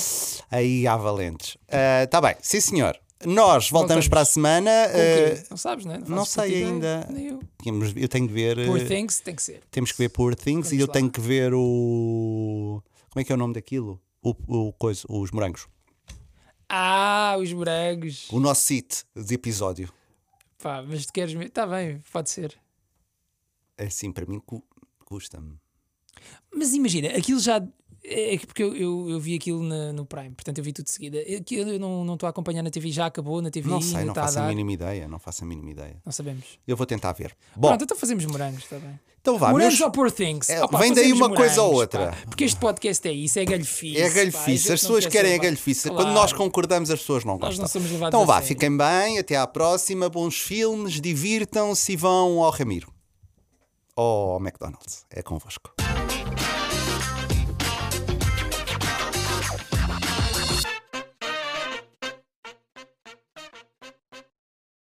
[SPEAKER 1] Aí há valentes. Está bem. Sim, senhor. Nós voltamos,
[SPEAKER 2] Voltamos.
[SPEAKER 1] para a semana.
[SPEAKER 2] Com o
[SPEAKER 1] eh,
[SPEAKER 2] quê? não sabes, né?
[SPEAKER 1] não
[SPEAKER 2] fazes
[SPEAKER 1] sei
[SPEAKER 2] puta ideia,
[SPEAKER 1] ainda. Eh,
[SPEAKER 2] Nem eu.
[SPEAKER 1] tínhamos- eu tenho de ver. eh,
[SPEAKER 2] Poor things tem que ser.
[SPEAKER 1] Temos que ver Poor Things e
[SPEAKER 2] Vamos
[SPEAKER 1] eu
[SPEAKER 2] lá.
[SPEAKER 1] tenho que ver o. Como é que é o nome daquilo? O, o coisa, os morangos.
[SPEAKER 2] Ah, os morangos.
[SPEAKER 1] O nosso hit de episódio.
[SPEAKER 2] Pá, mas tu queres mesmo. Está bem, pode ser.
[SPEAKER 1] É assim, para mim cu- custa-me.
[SPEAKER 2] Mas imagina, aquilo já. É que porque eu, eu, eu vi aquilo na- no Prime, portanto eu vi tudo de seguida. Aquilo eu não não estou a acompanhar na TV, já acabou na TV,
[SPEAKER 1] Não
[SPEAKER 2] ainda
[SPEAKER 1] sei, não
[SPEAKER 2] está tá a
[SPEAKER 1] faço a
[SPEAKER 2] dar.
[SPEAKER 1] mínima ideia. Não faço a mínima ideia.
[SPEAKER 2] Não sabemos.
[SPEAKER 1] Eu vou tentar ver. Bom,
[SPEAKER 2] Pronto, então fazemos morangos, está bem.
[SPEAKER 1] então vá.
[SPEAKER 2] morangos
[SPEAKER 1] meus-
[SPEAKER 2] ou Poor Things?
[SPEAKER 1] É,
[SPEAKER 2] Opa,
[SPEAKER 1] vem daí
[SPEAKER 2] fazemos
[SPEAKER 1] uma coisa ou
[SPEAKER 2] morangos,
[SPEAKER 1] outra.
[SPEAKER 2] pá. porque este podcast é isso, é galhofice.
[SPEAKER 1] É
[SPEAKER 2] pá,
[SPEAKER 1] galhofice,
[SPEAKER 2] gente
[SPEAKER 1] as
[SPEAKER 2] não
[SPEAKER 1] pessoas
[SPEAKER 2] quer
[SPEAKER 1] querem a
[SPEAKER 2] saber.
[SPEAKER 1] galhofice.
[SPEAKER 2] Claro.
[SPEAKER 1] Quando nós concordamos, as pessoas não
[SPEAKER 2] Nós
[SPEAKER 1] gostam.
[SPEAKER 2] não somos levados
[SPEAKER 1] então
[SPEAKER 2] a
[SPEAKER 1] vá,
[SPEAKER 2] sério.
[SPEAKER 1] fiquem bem, até à próxima, bons filmes, divirtam-se e vão ao Ramiro. Ou ao McDonald's, é convosco.